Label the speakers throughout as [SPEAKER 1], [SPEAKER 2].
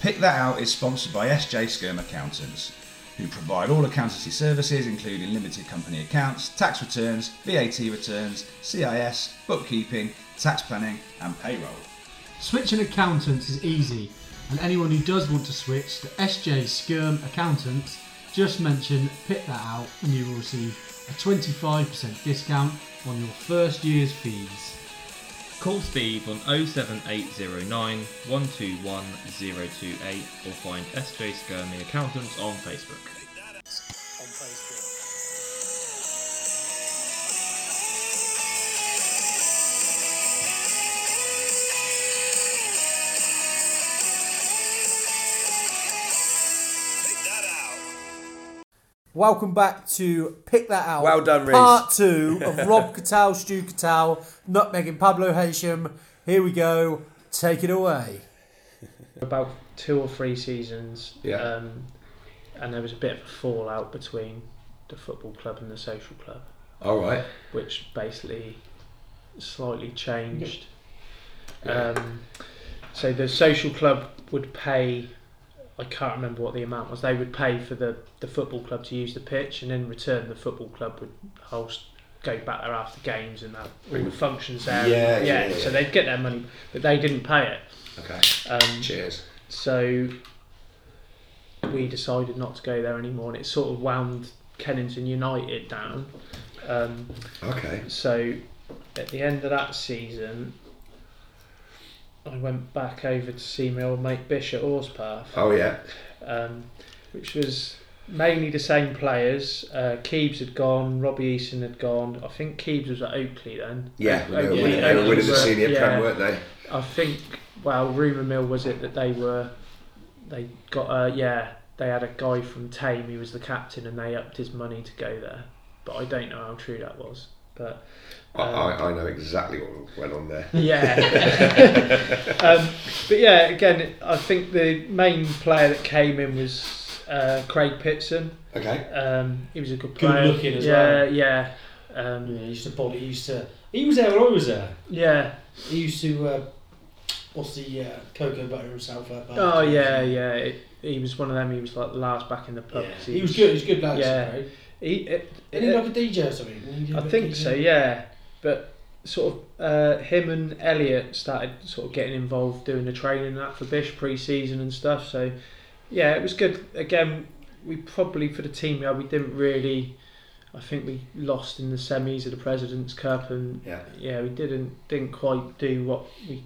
[SPEAKER 1] Pick That Out is sponsored by SJ Skirm Accountants, who provide all accountancy services including limited company accounts, tax returns, VAT returns, CIS, bookkeeping, tax planning, and payroll.
[SPEAKER 2] Switching accountants is easy, and anyone who does want to switch to SJ Skirm Accountants, just mention Pick That Out and you will receive a 25% discount on your first year's fees.
[SPEAKER 3] Call Steve on 07809 121 028 or find SJ Skirmy Accountants on Facebook.
[SPEAKER 4] Welcome back to Pick That Out.
[SPEAKER 5] Well done, Reece.
[SPEAKER 4] Part two of Rob Catal, Stu Catal, Nutmeg and Pablo Haysham. Here we go. Take it away.
[SPEAKER 6] about two or three seasons.
[SPEAKER 5] Yeah.
[SPEAKER 6] Um, and there was a bit of a fallout between the football club and the social club,
[SPEAKER 5] All right.
[SPEAKER 6] which basically slightly changed.
[SPEAKER 5] Yeah.
[SPEAKER 6] Um, so the social club would pay. I can't remember what the amount was. They would pay for the, the football club to use the pitch, and in return, the football club would host go back there after games and have all the functions there.
[SPEAKER 5] Mm. Yeah, yeah, yeah.
[SPEAKER 6] So they'd get their money, but they didn't pay
[SPEAKER 5] Okay.
[SPEAKER 6] it. Um,
[SPEAKER 5] Cheers.
[SPEAKER 6] so we decided not to go there anymore, and it sort of wound Kennington United down. Um,
[SPEAKER 5] Okay.
[SPEAKER 6] so at the end of that season, I went back over to see my old mate Bish at Orspath,
[SPEAKER 5] Oh yeah.
[SPEAKER 6] um, which was mainly the same players. Uh, Keebs had gone, Robbie Eason had gone. I think Keebs was at Oakley then.
[SPEAKER 5] Yeah. They were
[SPEAKER 6] Oakley-
[SPEAKER 5] winning- they were
[SPEAKER 6] Oakley
[SPEAKER 5] winners of
[SPEAKER 6] were-
[SPEAKER 5] senior
[SPEAKER 6] yeah.
[SPEAKER 5] prem, weren't they?
[SPEAKER 6] I think. Well, rumor mill was it that they were, they got uh, yeah, they had a guy from Tame who was the captain, and they upped his money to go there. But I don't know how true that was. But
[SPEAKER 5] I,
[SPEAKER 6] Um,
[SPEAKER 5] I, I know exactly what went on there.
[SPEAKER 6] yeah, um, but yeah, again, I think the main player that came in was uh, Craig Pitson.
[SPEAKER 5] Okay.
[SPEAKER 6] Um, he was a good
[SPEAKER 7] Good
[SPEAKER 6] player.
[SPEAKER 7] looking as
[SPEAKER 6] yeah,
[SPEAKER 7] well.
[SPEAKER 6] Yeah, um,
[SPEAKER 7] Yeah, he used to body. He used to. He was there when I was there.
[SPEAKER 6] yeah.
[SPEAKER 7] He used to. Uh, what's the uh, cocoa butter himself? At Barbican.
[SPEAKER 6] Oh yeah, yeah. It, he was one of them. He was like the last back in the pub.
[SPEAKER 7] Yeah,
[SPEAKER 6] 'cause
[SPEAKER 7] He was good. He was a good lad.
[SPEAKER 6] Yeah.
[SPEAKER 7] Yeah. Right?
[SPEAKER 6] He, it,
[SPEAKER 7] Isn't he like a DJ or something? Didn't he do a
[SPEAKER 6] I
[SPEAKER 7] bit of
[SPEAKER 6] think
[SPEAKER 7] DJ?
[SPEAKER 6] so, yeah. But sort of uh, him and Elliot started sort of getting involved doing the training and that for Bish pre-season and stuff. So yeah, it was good. Again, we probably for the team yeah we didn't really. I think we lost in the semis of the Presidents Cup and
[SPEAKER 5] Yeah.
[SPEAKER 6] yeah we didn't didn't quite do what we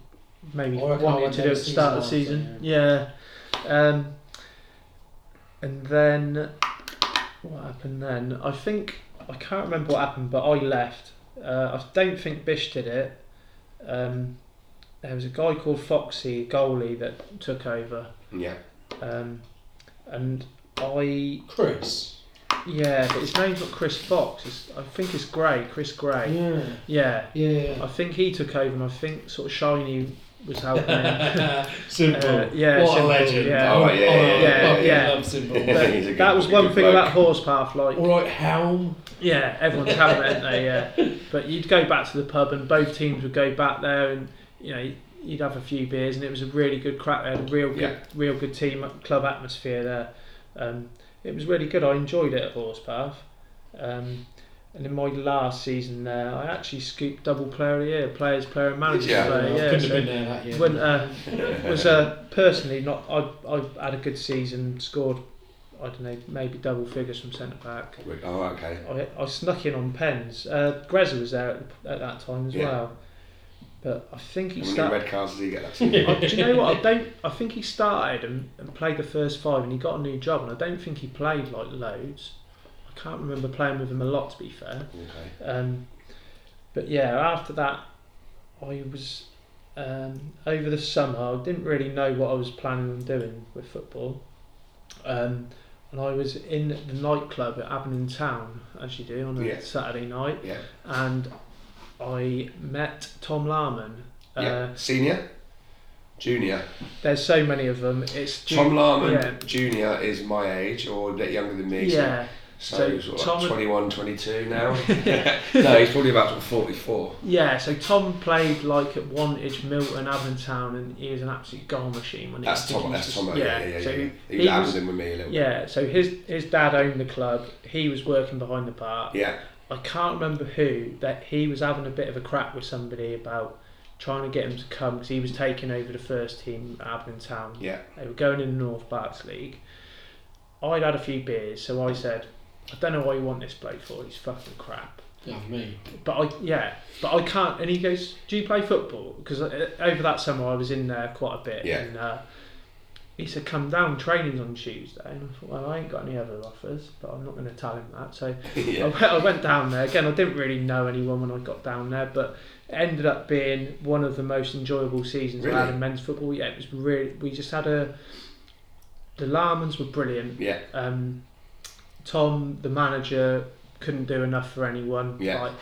[SPEAKER 6] maybe
[SPEAKER 7] Or I can't
[SPEAKER 6] wanted
[SPEAKER 7] wait
[SPEAKER 6] to
[SPEAKER 7] till
[SPEAKER 6] do at
[SPEAKER 7] the
[SPEAKER 6] the start of the
[SPEAKER 7] season
[SPEAKER 6] season.
[SPEAKER 7] after,
[SPEAKER 6] Yeah. Um, and then what happened then? I think I can't remember what happened, but I left. Uh, I don't think Bish did it. Um, there was a guy called Foxy, goalie, that took over,
[SPEAKER 5] Yeah.
[SPEAKER 6] um, and I
[SPEAKER 7] Chris.
[SPEAKER 6] yeah, but his name's not Chris Fox. It's, I think it's Gray, Chris Gray.
[SPEAKER 7] Yeah.
[SPEAKER 6] Yeah,
[SPEAKER 7] Yeah.
[SPEAKER 6] I think he took over, and I think sort of Shiny was helping. him.
[SPEAKER 7] yeah. simple.
[SPEAKER 6] Uh, yeah,
[SPEAKER 7] what
[SPEAKER 6] simple,
[SPEAKER 7] a legend.
[SPEAKER 6] yeah.
[SPEAKER 5] Oh, yeah, yeah,
[SPEAKER 6] yeah,
[SPEAKER 7] love,
[SPEAKER 6] yeah.
[SPEAKER 7] love simple.
[SPEAKER 5] Yeah. He's
[SPEAKER 6] But
[SPEAKER 5] a good-
[SPEAKER 6] that was
[SPEAKER 5] he's a
[SPEAKER 6] one
[SPEAKER 5] good
[SPEAKER 6] thing
[SPEAKER 5] bloke.
[SPEAKER 6] about Horsepath, like
[SPEAKER 7] All right, Helm.
[SPEAKER 6] Yeah, everyone's having it, they, yeah. But you'd go back to the pub, and both teams would go back there, and you know you'd have a few beers, and it was a really good crack. They had a real good,
[SPEAKER 5] Yeah.
[SPEAKER 6] real good team club atmosphere there. Um, it was really good. I enjoyed it at Horsepath. Um, and in my last season there, I actually scooped double player of the year, players, player, and manager.
[SPEAKER 5] Yeah.
[SPEAKER 6] player,
[SPEAKER 7] Couldn't
[SPEAKER 6] yeah,
[SPEAKER 7] have
[SPEAKER 6] so-
[SPEAKER 7] been there that year.
[SPEAKER 6] when uh, was uh, personally not I I had a good season scored I don't know maybe double figures from centre back
[SPEAKER 5] Oh, okay.
[SPEAKER 6] I, I snuck in on pens uh, Grezza was there at, at that time as
[SPEAKER 5] Yeah.
[SPEAKER 6] well but I think he
[SPEAKER 5] How many
[SPEAKER 6] started
[SPEAKER 5] red cards did he get that season?
[SPEAKER 6] do you know what I don't I think he started and, and played the first five and he got a new job and I don't think he played like loads I can't remember playing with him a lot to be fair
[SPEAKER 5] okay.
[SPEAKER 6] um, but yeah, after that, I was um, over the summer. I didn't really know what I was planning on doing with football, um, and I was in the nightclub at Abingdon Town, as you do on a
[SPEAKER 5] Yeah.
[SPEAKER 6] Saturday night,
[SPEAKER 5] Yeah.
[SPEAKER 6] and I met Tom Larman. Uh,
[SPEAKER 5] yeah. Senior? Junior?
[SPEAKER 6] There's so many of them. It's
[SPEAKER 5] Tom Larman
[SPEAKER 6] Yeah.
[SPEAKER 5] Junior is my age or a bit younger than me. so-
[SPEAKER 6] Yeah,
[SPEAKER 5] So,
[SPEAKER 6] So,
[SPEAKER 5] sort of
[SPEAKER 6] Tom
[SPEAKER 5] like
[SPEAKER 6] and-
[SPEAKER 5] 21, 22 now. no, he's probably about sort of 44.
[SPEAKER 6] Yeah, so Tom played like at One Wantage, Milton, Avontown, and he was an absolute goal machine when he
[SPEAKER 5] That's
[SPEAKER 6] I think he
[SPEAKER 5] Tom.
[SPEAKER 6] used
[SPEAKER 5] That's
[SPEAKER 6] to-
[SPEAKER 5] Tom. Yeah, yeah, yeah.
[SPEAKER 6] so
[SPEAKER 5] yeah.
[SPEAKER 6] he,
[SPEAKER 5] He, was
[SPEAKER 6] was,
[SPEAKER 5] Amazon with me a little.
[SPEAKER 6] yeah, so his his dad owned the club. He was working behind the bar.
[SPEAKER 5] Yeah.
[SPEAKER 6] I can't remember who that he was having a bit of a crack with somebody about trying to get him to come because he was taking over the first team at Abington.
[SPEAKER 5] Yeah.
[SPEAKER 6] They were going in the North Barks League. I'd had a few beers, so I said, I don't know why you want this bloke for. He's fucking crap.
[SPEAKER 7] Yeah, for me.
[SPEAKER 6] But I yeah, but I can't. And he goes, "Do you play football?" Because over that summer I was in there quite a bit.
[SPEAKER 5] Yeah.
[SPEAKER 6] And uh, he said, "Come down, training's on Tuesday." And I thought, "Well, I ain't got any other offers, but I'm not going to tell him that." So I,
[SPEAKER 5] yeah.
[SPEAKER 6] went, I went down there again. I didn't really know anyone when I got down there, but it ended up being one of the most enjoyable seasons I had
[SPEAKER 5] Really?
[SPEAKER 6] in men's football. Yeah, it was really. We just had a. The Larmans were brilliant.
[SPEAKER 5] Yeah.
[SPEAKER 6] Um, Tom, the manager, couldn't do enough for anyone.
[SPEAKER 5] Yeah.
[SPEAKER 6] Like,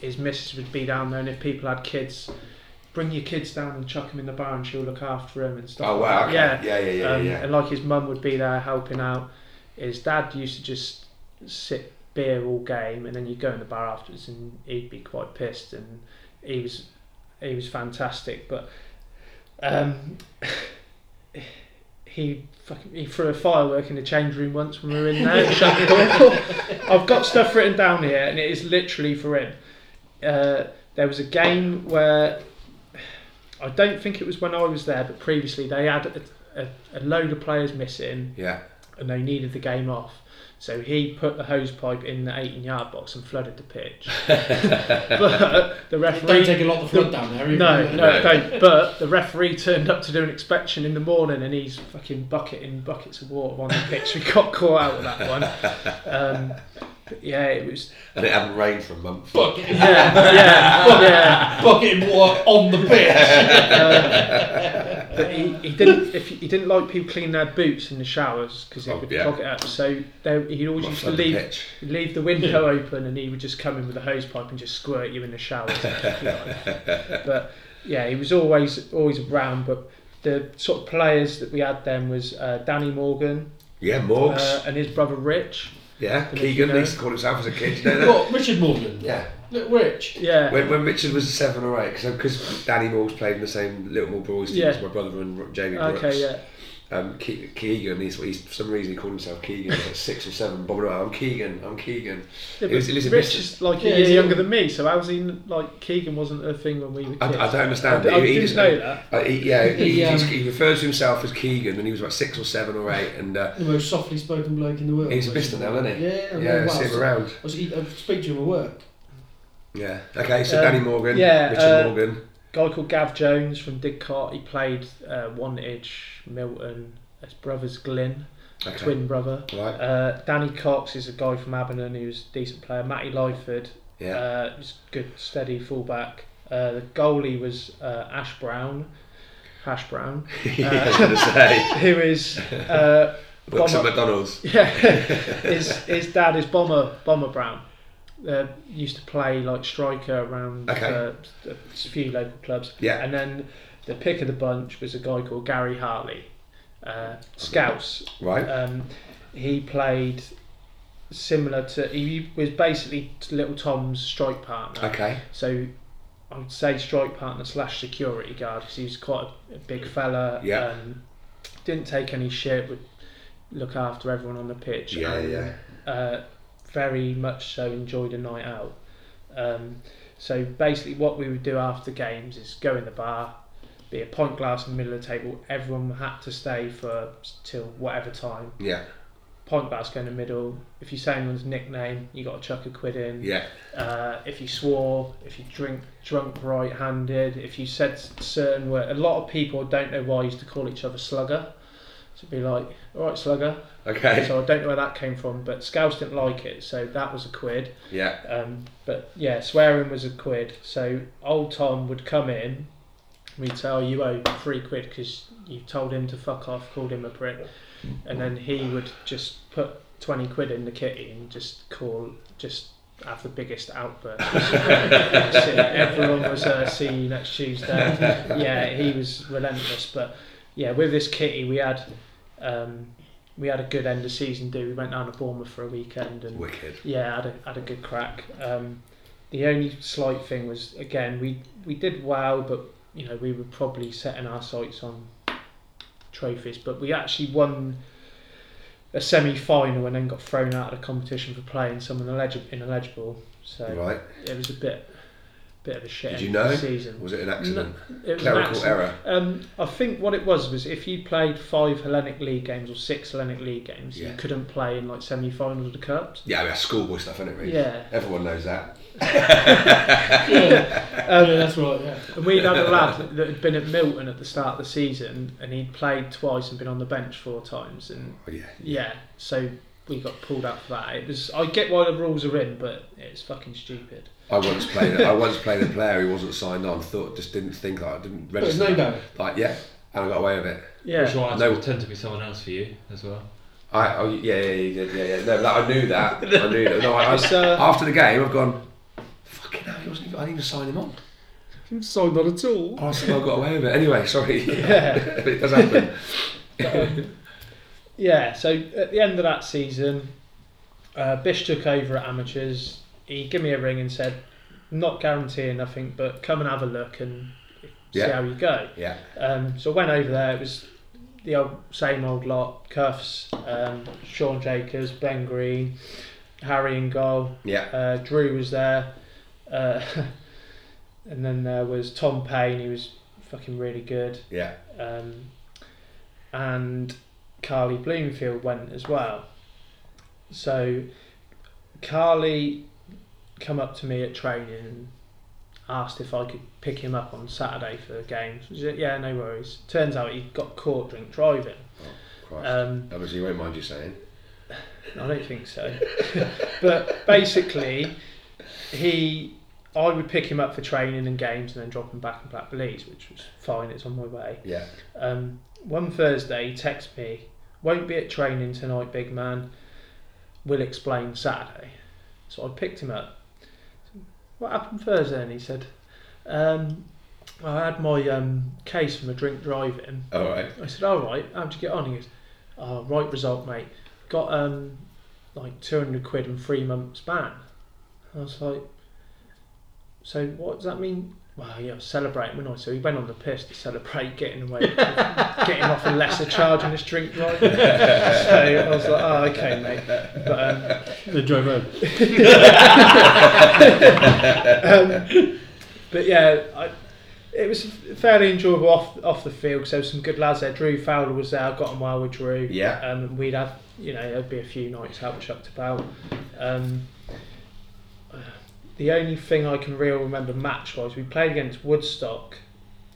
[SPEAKER 6] his missus would be down there, and if people had kids, bring your kids down and chuck them in the bar, and she'll look after them and stuff.
[SPEAKER 5] Oh
[SPEAKER 6] like
[SPEAKER 5] wow.
[SPEAKER 6] that.
[SPEAKER 5] Okay.
[SPEAKER 6] Yeah.
[SPEAKER 5] Yeah. Yeah. Yeah. Yeah.
[SPEAKER 6] Um,
[SPEAKER 5] yeah.
[SPEAKER 6] And like his mum would be there helping out. His dad used to just sit beer all game, and then you'd go in the bar afterwards, and he'd be quite pissed. And he was he was fantastic, but um, he fucking, he threw a firework in the change room once when we were in there. shut the door. I've got stuff written down here, and it is literally for him. Uh, there was a game where I don't think it was when I was there, but previously they had a, a, a load of players missing
[SPEAKER 5] yeah.
[SPEAKER 6] and they needed the game off. So he put the hose pipe in the 18 yard box and flooded the pitch. but the
[SPEAKER 7] It don't
[SPEAKER 6] referee.
[SPEAKER 7] take a lot to flood down there.
[SPEAKER 6] no, no,
[SPEAKER 5] No.
[SPEAKER 6] it don't. But the referee turned up to do an inspection in the morning and he's fucking bucketing buckets of water on the pitch. We got caught out with that one. Um, but yeah, it was.
[SPEAKER 5] And it hadn't rained for a month.
[SPEAKER 7] Bucket,
[SPEAKER 6] Yeah, yeah, yeah.
[SPEAKER 7] bucket water on the pitch.
[SPEAKER 6] But he, he didn't if he, he didn't like people cleaning their boots in the showers because it
[SPEAKER 5] Oh,
[SPEAKER 6] would
[SPEAKER 5] yeah.
[SPEAKER 6] clog it up. So they, he'd always
[SPEAKER 5] Must
[SPEAKER 6] used to
[SPEAKER 5] have the
[SPEAKER 6] leave
[SPEAKER 5] pitch.
[SPEAKER 6] he'd leave the window open, and he would just come in with a hose pipe and just squirt you in the shower. but yeah, he was always always around. But the sort of players that we had then was uh, Danny Morgan
[SPEAKER 5] Yeah. Morgs.
[SPEAKER 6] uh, and his brother Rich.
[SPEAKER 5] yeah.
[SPEAKER 6] and if
[SPEAKER 5] Keegan
[SPEAKER 6] you know-
[SPEAKER 5] used to call himself as a kid. You know that?
[SPEAKER 7] What, Richard Morgan?
[SPEAKER 5] Yeah.
[SPEAKER 7] Look, Rich.
[SPEAKER 6] Yeah,
[SPEAKER 5] When, when Richard was seven or eight, because Danny Morgs played in the same Little Moore Boys team
[SPEAKER 6] Yeah.
[SPEAKER 5] as my brother and Ro- Jamie Brooks.
[SPEAKER 6] okay, yeah.
[SPEAKER 5] um, Ke- Keegan. He's, he's for some reason he called himself Keegan. He's like six or seven, bobbing around. I'm Keegan. I'm Keegan.
[SPEAKER 6] Yeah,
[SPEAKER 5] It was-
[SPEAKER 6] but
[SPEAKER 5] it was a
[SPEAKER 6] Rich
[SPEAKER 5] bit-
[SPEAKER 6] is like
[SPEAKER 7] Yeah,
[SPEAKER 6] a year
[SPEAKER 7] he's-
[SPEAKER 6] younger than me, so how's he like Keegan wasn't a thing when we were kids?
[SPEAKER 5] I, I don't understand.
[SPEAKER 6] I, I
[SPEAKER 5] he, he
[SPEAKER 6] didn't
[SPEAKER 5] just-
[SPEAKER 6] know that.
[SPEAKER 5] uh, he- yeah, he,
[SPEAKER 7] He, um,
[SPEAKER 5] he's- he refers to himself as Keegan, and he was about six or seven or eight, and uh,
[SPEAKER 7] The most softly spoken bloke in the world.
[SPEAKER 5] he's a
[SPEAKER 7] Richard
[SPEAKER 5] mister now,
[SPEAKER 7] Morgan.
[SPEAKER 5] isn't he?
[SPEAKER 7] Yeah, I
[SPEAKER 5] yeah.
[SPEAKER 7] mean, wow,
[SPEAKER 5] see him
[SPEAKER 7] so-
[SPEAKER 5] around.
[SPEAKER 7] I, was, I speak to him at work.
[SPEAKER 5] Yeah. Okay. So
[SPEAKER 6] Um,
[SPEAKER 5] Danny Morgan.
[SPEAKER 6] yeah,
[SPEAKER 5] Richard
[SPEAKER 6] uh,
[SPEAKER 5] Morgan.
[SPEAKER 6] guy called Gav Jones from Didcot. He played uh, One Edge, Milton. His brother's Glyn,
[SPEAKER 5] Okay.
[SPEAKER 6] twin brother.
[SPEAKER 5] Right.
[SPEAKER 6] Uh, Danny Cox is a guy from Abingdon who's a decent player. Matty Lyford,
[SPEAKER 5] Yeah.
[SPEAKER 6] uh, was good, steady fullback. Uh, the goalie was uh, Ash Brown, Hash Brown,
[SPEAKER 5] I was going to
[SPEAKER 6] uh,
[SPEAKER 5] say.
[SPEAKER 6] who is uh,
[SPEAKER 5] Works at
[SPEAKER 6] Bomber-
[SPEAKER 5] McDonald's.
[SPEAKER 6] yeah, his his dad is Bomber Bomber Brown. Uh, used to play like striker around
[SPEAKER 5] Okay.
[SPEAKER 6] uh, a few local clubs.
[SPEAKER 5] Yeah.
[SPEAKER 6] And then the pick of the bunch was a guy called Gary Hartley, uh, Scouse.
[SPEAKER 5] Right.
[SPEAKER 6] Um, he played similar to he was basically Little Tom's strike partner.
[SPEAKER 5] Okay.
[SPEAKER 6] So I would say strike partner slash security guard because he was quite a, a big fella.
[SPEAKER 5] Yeah.
[SPEAKER 6] Um, didn't take any shit. Would look after everyone on the pitch.
[SPEAKER 5] Yeah.
[SPEAKER 6] and,
[SPEAKER 5] Yeah.
[SPEAKER 6] Uh, very much so enjoyed a night out. Um, so basically, what we would do after games is go in the bar, be a pint glass in the middle of the table. Everyone had to stay for till whatever time.
[SPEAKER 5] Yeah.
[SPEAKER 6] Pint glass go in the middle. If you say anyone's nickname, you got to chuck a quid in
[SPEAKER 5] Yeah.
[SPEAKER 6] uh, if you swore, if you drink drunk right-handed, if you said certain words. A lot of people don't know why I used to call each other slugger. So it'd be like, all right, slugger.
[SPEAKER 5] Okay.
[SPEAKER 6] So I don't know where that came from, but Scouse didn't like it, so that was a quid.
[SPEAKER 5] Yeah.
[SPEAKER 6] Um, but yeah, swearing was a quid. So old Tom would come in, we'd say, oh, you owe three quid because you told him to fuck off, called him a prick. And then he would just put 20 quid in the kitty and just call, just have the biggest outburst. That's it. Everyone was uh, see you next Tuesday. Yeah, he was relentless. But yeah, with this kitty, we had um, we had a good end of season. Do we went down to Bournemouth for a weekend and
[SPEAKER 5] Wicked.
[SPEAKER 6] yeah, had a, had a good crack. Um, the only slight thing was again we we did well, but you know we were probably setting our sights on trophies. But we actually won a semi final and then got thrown out of the competition for playing someone illegib- ineligible. So
[SPEAKER 5] Right.
[SPEAKER 6] it was a bit bit of a shit
[SPEAKER 5] Did
[SPEAKER 6] end
[SPEAKER 5] you
[SPEAKER 6] of
[SPEAKER 5] know?
[SPEAKER 6] the season.
[SPEAKER 5] Was it an accident?
[SPEAKER 6] It was an
[SPEAKER 5] Clerical
[SPEAKER 6] accident.
[SPEAKER 5] error.
[SPEAKER 6] Um, I think what it was was if you played five Hellenic League games or six Hellenic League games,
[SPEAKER 5] Yeah.
[SPEAKER 6] you couldn't play in like semi-finals of the cups.
[SPEAKER 5] Yeah, I mean, that's schoolboy stuff, isn't it? Really?
[SPEAKER 6] Yeah.
[SPEAKER 5] Everyone knows that.
[SPEAKER 7] yeah, that's right. Yeah.
[SPEAKER 6] And we'd had a lad that had been at Milton at the start of the season, and he'd played twice and been on the bench four times, and
[SPEAKER 5] Oh, yeah.
[SPEAKER 6] yeah, so we got pulled out for that. It was I get why the rules are in, but it's fucking stupid.
[SPEAKER 5] I once played. I once played a player who wasn't signed on. Thought just didn't think like I didn't
[SPEAKER 7] But it's
[SPEAKER 5] register.
[SPEAKER 7] no
[SPEAKER 5] that.
[SPEAKER 7] doubt.
[SPEAKER 5] Like yeah, and I got away with it.
[SPEAKER 6] Yeah,
[SPEAKER 8] Which will actually
[SPEAKER 5] No.
[SPEAKER 8] tend to be someone else for you as well.
[SPEAKER 5] I oh, yeah, yeah yeah yeah yeah. No, that, I knew that. I knew that. No, I, I,
[SPEAKER 6] It's, uh,
[SPEAKER 5] after the game, I've gone. Fucking hell, he wasn't even, I didn't even sign him on.
[SPEAKER 6] so not at all.
[SPEAKER 5] Oh, I somehow got away with it. Anyway, sorry. it does happen.
[SPEAKER 6] Yeah, so at the end of that season, uh, Bish took over at amateurs. He gave me a ring and said, "Not guaranteeing nothing, but come and have a look and see
[SPEAKER 5] Yeah.
[SPEAKER 6] how you go."
[SPEAKER 5] Yeah.
[SPEAKER 6] Um, so I went over there. It was the old, same old lot: Cuffs, um, Sean Jacobs, Ben Green, Harry and goal.
[SPEAKER 5] Yeah.
[SPEAKER 6] Uh, Drew was there, uh, and then there was Tom Payne. He was fucking really good
[SPEAKER 5] Yeah.
[SPEAKER 6] um, and Carly Bloomfield went as well. So Carly come up to me at training and asked if I could pick him up on Saturday for the games. I said, yeah, no worries. Turns out he got caught drink driving.
[SPEAKER 5] Christ.
[SPEAKER 6] Um,
[SPEAKER 5] Obviously, you won't mind you saying.
[SPEAKER 6] I don't think so. but basically, he, I would pick him up for training and games, and then drop him back in Black Belize, which was fine. It's on my way.
[SPEAKER 5] Yeah.
[SPEAKER 6] Um, one Thursday, he texts me, "Won't be at training tonight, big man. We'll explain Saturday." So I picked him up. What happened Thursday? And he said, um, "I had my um, case from a drink driving."
[SPEAKER 5] All right.
[SPEAKER 6] I said, "All right, how'd you get on?" He goes, oh, "Right result, mate. Got um, like two hundred quid and three months ban." I was like, "So what does that mean?" Well, yeah, I was celebrating, wasn't I? So he went on the piss to celebrate getting away, getting off a lesser charge on his drink drive. so I was like, "Oh, okay, mate." But
[SPEAKER 2] They drove over.
[SPEAKER 6] um, um, but yeah, I, it was fairly enjoyable off off the field. So some good lads there. Drew Fowler was there. I got on well with Drew.
[SPEAKER 5] Yeah.
[SPEAKER 6] Um, and we'd have, you know, there'd be a few nights out chucked about. Um, the only thing I can really remember match wise, we played against Woodstock,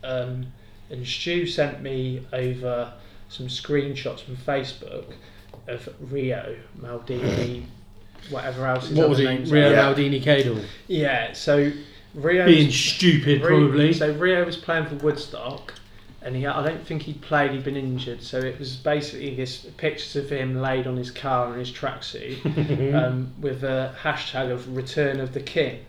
[SPEAKER 6] um, and Stu sent me over some screenshots from Facebook of Rio, Maldini, whatever else. his
[SPEAKER 2] What
[SPEAKER 6] other
[SPEAKER 2] was he?
[SPEAKER 6] names
[SPEAKER 2] Rio
[SPEAKER 6] are.
[SPEAKER 2] Maldini Cadel.
[SPEAKER 6] Yeah, so Rio.
[SPEAKER 2] Being stupid,
[SPEAKER 6] Rio-
[SPEAKER 2] probably.
[SPEAKER 6] So Rio was playing for Woodstock, and he, I don't think he'd played. He'd been injured, so it was basically this pictures of him laid on his car in his tracksuit, um, with a hashtag of Return of the King.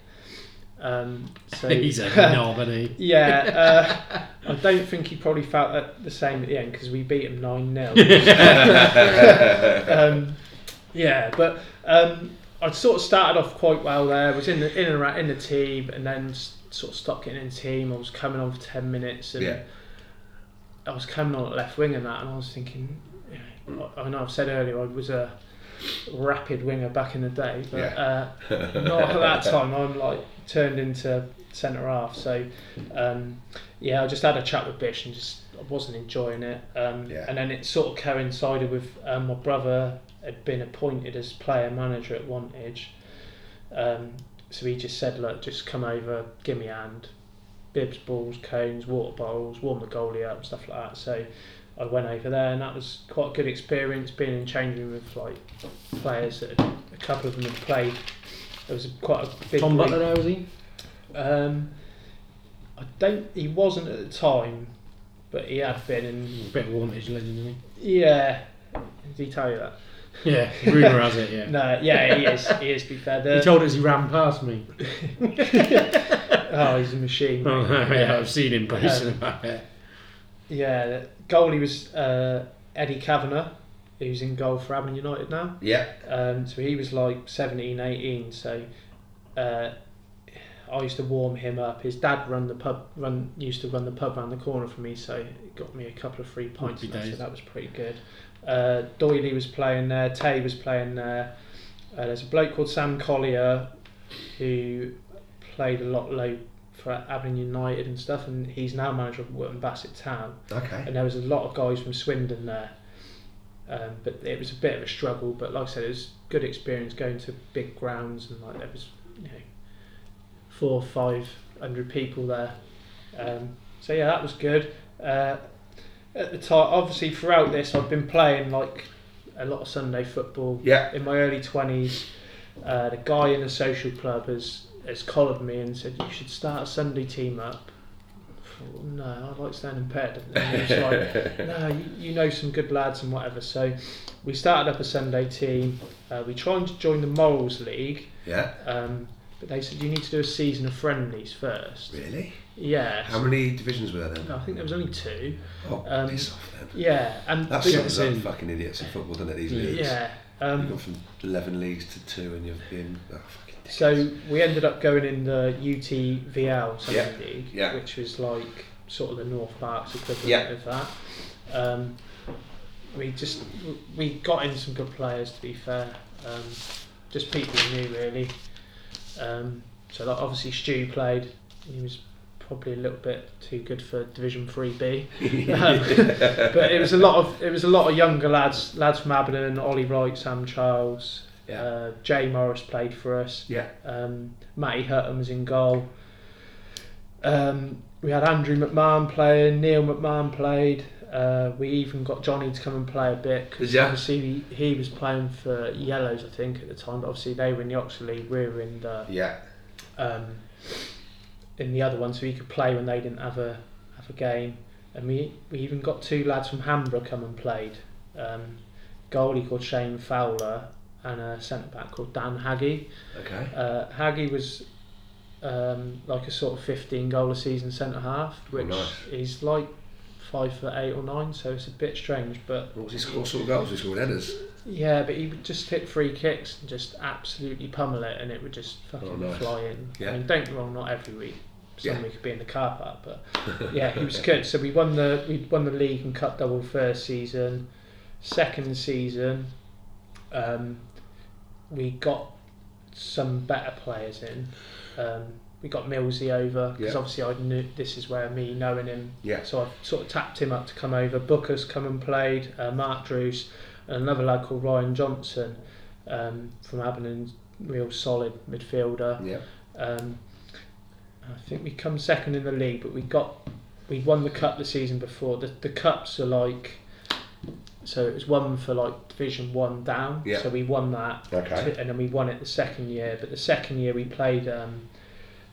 [SPEAKER 6] Um, so
[SPEAKER 8] He's a knob, isn't he?
[SPEAKER 6] yeah, uh, I don't think he probably felt that the same at the end because we beat him nine 0 um, Yeah, but um, I sort of started off quite well there. Was in the in and around in the team, and then s- sort of stopped getting in the team. I was coming on for ten minutes, and
[SPEAKER 5] Yeah.
[SPEAKER 6] I was coming on at left wing and that, and I was thinking, you know, I I know I've said earlier I was a rapid winger back in the day, but uh, not at that time. I'm like turned into centre half. So um, yeah, I just had a chat with Bish and just I wasn't enjoying it. Um,
[SPEAKER 5] Yeah.
[SPEAKER 6] And then it sort of coincided with um, my brother had been appointed as player manager at One Edge. Um, so he just said, look, just come over, give me a hand, bibs, balls, cones, water bottles, warm the goalie up, stuff like that. So I went over there, and that was quite a good experience being in change room with like players that had- a couple of them had played. It was quite a big.
[SPEAKER 8] Tom
[SPEAKER 6] group.
[SPEAKER 8] Butler, there, was he?
[SPEAKER 6] Um, I don't. He wasn't at the time, but he had been, and
[SPEAKER 8] Bit of wantage legend, isn't
[SPEAKER 6] yeah. Did he tell you that?
[SPEAKER 8] he? Yeah, rumour has it, yeah.
[SPEAKER 6] No, yeah, he is. He is. To be fair,
[SPEAKER 2] He
[SPEAKER 6] The-
[SPEAKER 2] told us he ran past me.
[SPEAKER 6] oh, he's a machine. mate.
[SPEAKER 8] Oh, yeah, I've seen him posting about it.
[SPEAKER 6] Yeah, the goalie was uh, Eddie Kavanagh, who's in goal for Aberdeen United now.
[SPEAKER 5] Yeah,
[SPEAKER 6] Um, so he was like 17, 18. So uh, I used to warm him up. His dad run the pub, run used to run the pub round the corner for me. So it got me a couple of free pints. and
[SPEAKER 8] Happy
[SPEAKER 6] that, So
[SPEAKER 8] days.
[SPEAKER 6] that was pretty good. Uh, Doyley was playing there. Tay was playing there. Uh, there's a bloke called Sam Collier who played a lot low for Aberdeen United and stuff, and he's now manager of Wootton Bassett Town
[SPEAKER 5] okay.
[SPEAKER 6] and there was a lot of guys from Swindon there. Um, but it was a bit of a struggle. But like I said, it was good experience going to big grounds and like there was you know four or five hundred people there. Um, so yeah, that was good. Uh, at the time, obviously throughout this, I've been playing like a lot of Sunday football
[SPEAKER 5] Yeah,
[SPEAKER 6] in my early 20s, uh, the guy in the social club has, has collared me and said, You should start a Sunday team up. I thought, No, I'd like to stand in bed. And he was like, No, you, you know some good lads and whatever. So we started up a Sunday team. Uh, we tried to join the Morals League,
[SPEAKER 5] yeah.
[SPEAKER 6] um, but they said, You need to do a season of friendlies first.
[SPEAKER 5] Really?
[SPEAKER 6] Yeah.
[SPEAKER 5] How many divisions were there then?
[SPEAKER 6] I think there was only two.
[SPEAKER 5] Oh,
[SPEAKER 6] Um,
[SPEAKER 5] piss off then.
[SPEAKER 6] Yeah. And
[SPEAKER 5] That
[SPEAKER 6] the-
[SPEAKER 5] sums up fucking idiots in football, doesn't it? These leagues.
[SPEAKER 6] yeah.
[SPEAKER 5] You've
[SPEAKER 6] Um,
[SPEAKER 5] gone from eleven leagues to two, and you've been oh, fucking.
[SPEAKER 6] So we ended up going in the UTVL Sunday
[SPEAKER 5] Yeah,
[SPEAKER 6] League,
[SPEAKER 5] yeah.
[SPEAKER 6] which was like sort of the North Parks equivalent
[SPEAKER 5] Yeah.
[SPEAKER 6] of that. Um, we just we got in some good players to be fair, um, just people we knew really. Um, so like obviously Stu played. He was probably a little bit too good for Division Three B, Um,
[SPEAKER 5] um,
[SPEAKER 6] but it was a lot of it was a lot of younger lads lads from Aberdeen, Ollie Wright, Sam Charles,
[SPEAKER 5] Yeah.
[SPEAKER 6] uh, Jay Morris played for us.
[SPEAKER 5] yeah.
[SPEAKER 6] Um, Matty Hutton was in goal. Um, we had Andrew McMahon playing, Neil McMahon played. Uh, we even got Johnny to come and play a bit because
[SPEAKER 5] Did ya?
[SPEAKER 6] obviously he, he was playing for Yellows, I think, at the time. But obviously they were in the Oxford League, we were in the
[SPEAKER 5] Yeah.
[SPEAKER 6] um, in the other one, so he could play when they didn't have a have a game. And we we even got two lads from Hambro come and played. Um, goalie called Shane Fowler and a centre back called Dan Haggie.
[SPEAKER 5] Okay.
[SPEAKER 6] Uh, Haggy was um, like a sort of 15 goal a season centre half,
[SPEAKER 5] Oh,
[SPEAKER 6] which
[SPEAKER 5] nice.
[SPEAKER 6] is like five foot eight or nine, so it's a bit strange. But
[SPEAKER 5] What was he score? What sort of goals was he scoring? Headers.
[SPEAKER 6] yeah, but he would just hit free kicks and just absolutely pummel it, and it would just fucking
[SPEAKER 5] Oh, nice.
[SPEAKER 6] fly in.
[SPEAKER 5] Yeah.
[SPEAKER 6] I mean, don't get me wrong, not every week. Some
[SPEAKER 5] Yeah.
[SPEAKER 6] we could be in the car park, but yeah, he was good. So we won the we won the league and cut double first season, second season, um, we got some better players in. Um, we got Millsy over because
[SPEAKER 5] Yeah.
[SPEAKER 6] obviously I knew this is where me knowing him
[SPEAKER 5] Yeah.
[SPEAKER 6] so I sort of tapped him up to come over. Booker's come and played, uh, Mark Drews, and another lad called Ryan Johnson um, from Aberdeen, real solid midfielder.
[SPEAKER 5] Yeah.
[SPEAKER 6] Um, I think we come second in the league, but we got we won the cup the season before. The the cups are like so it was one for like Division One down.
[SPEAKER 5] Yeah.
[SPEAKER 6] So we won that,
[SPEAKER 5] Okay.
[SPEAKER 6] and then we won it the second year. But the second year we played um,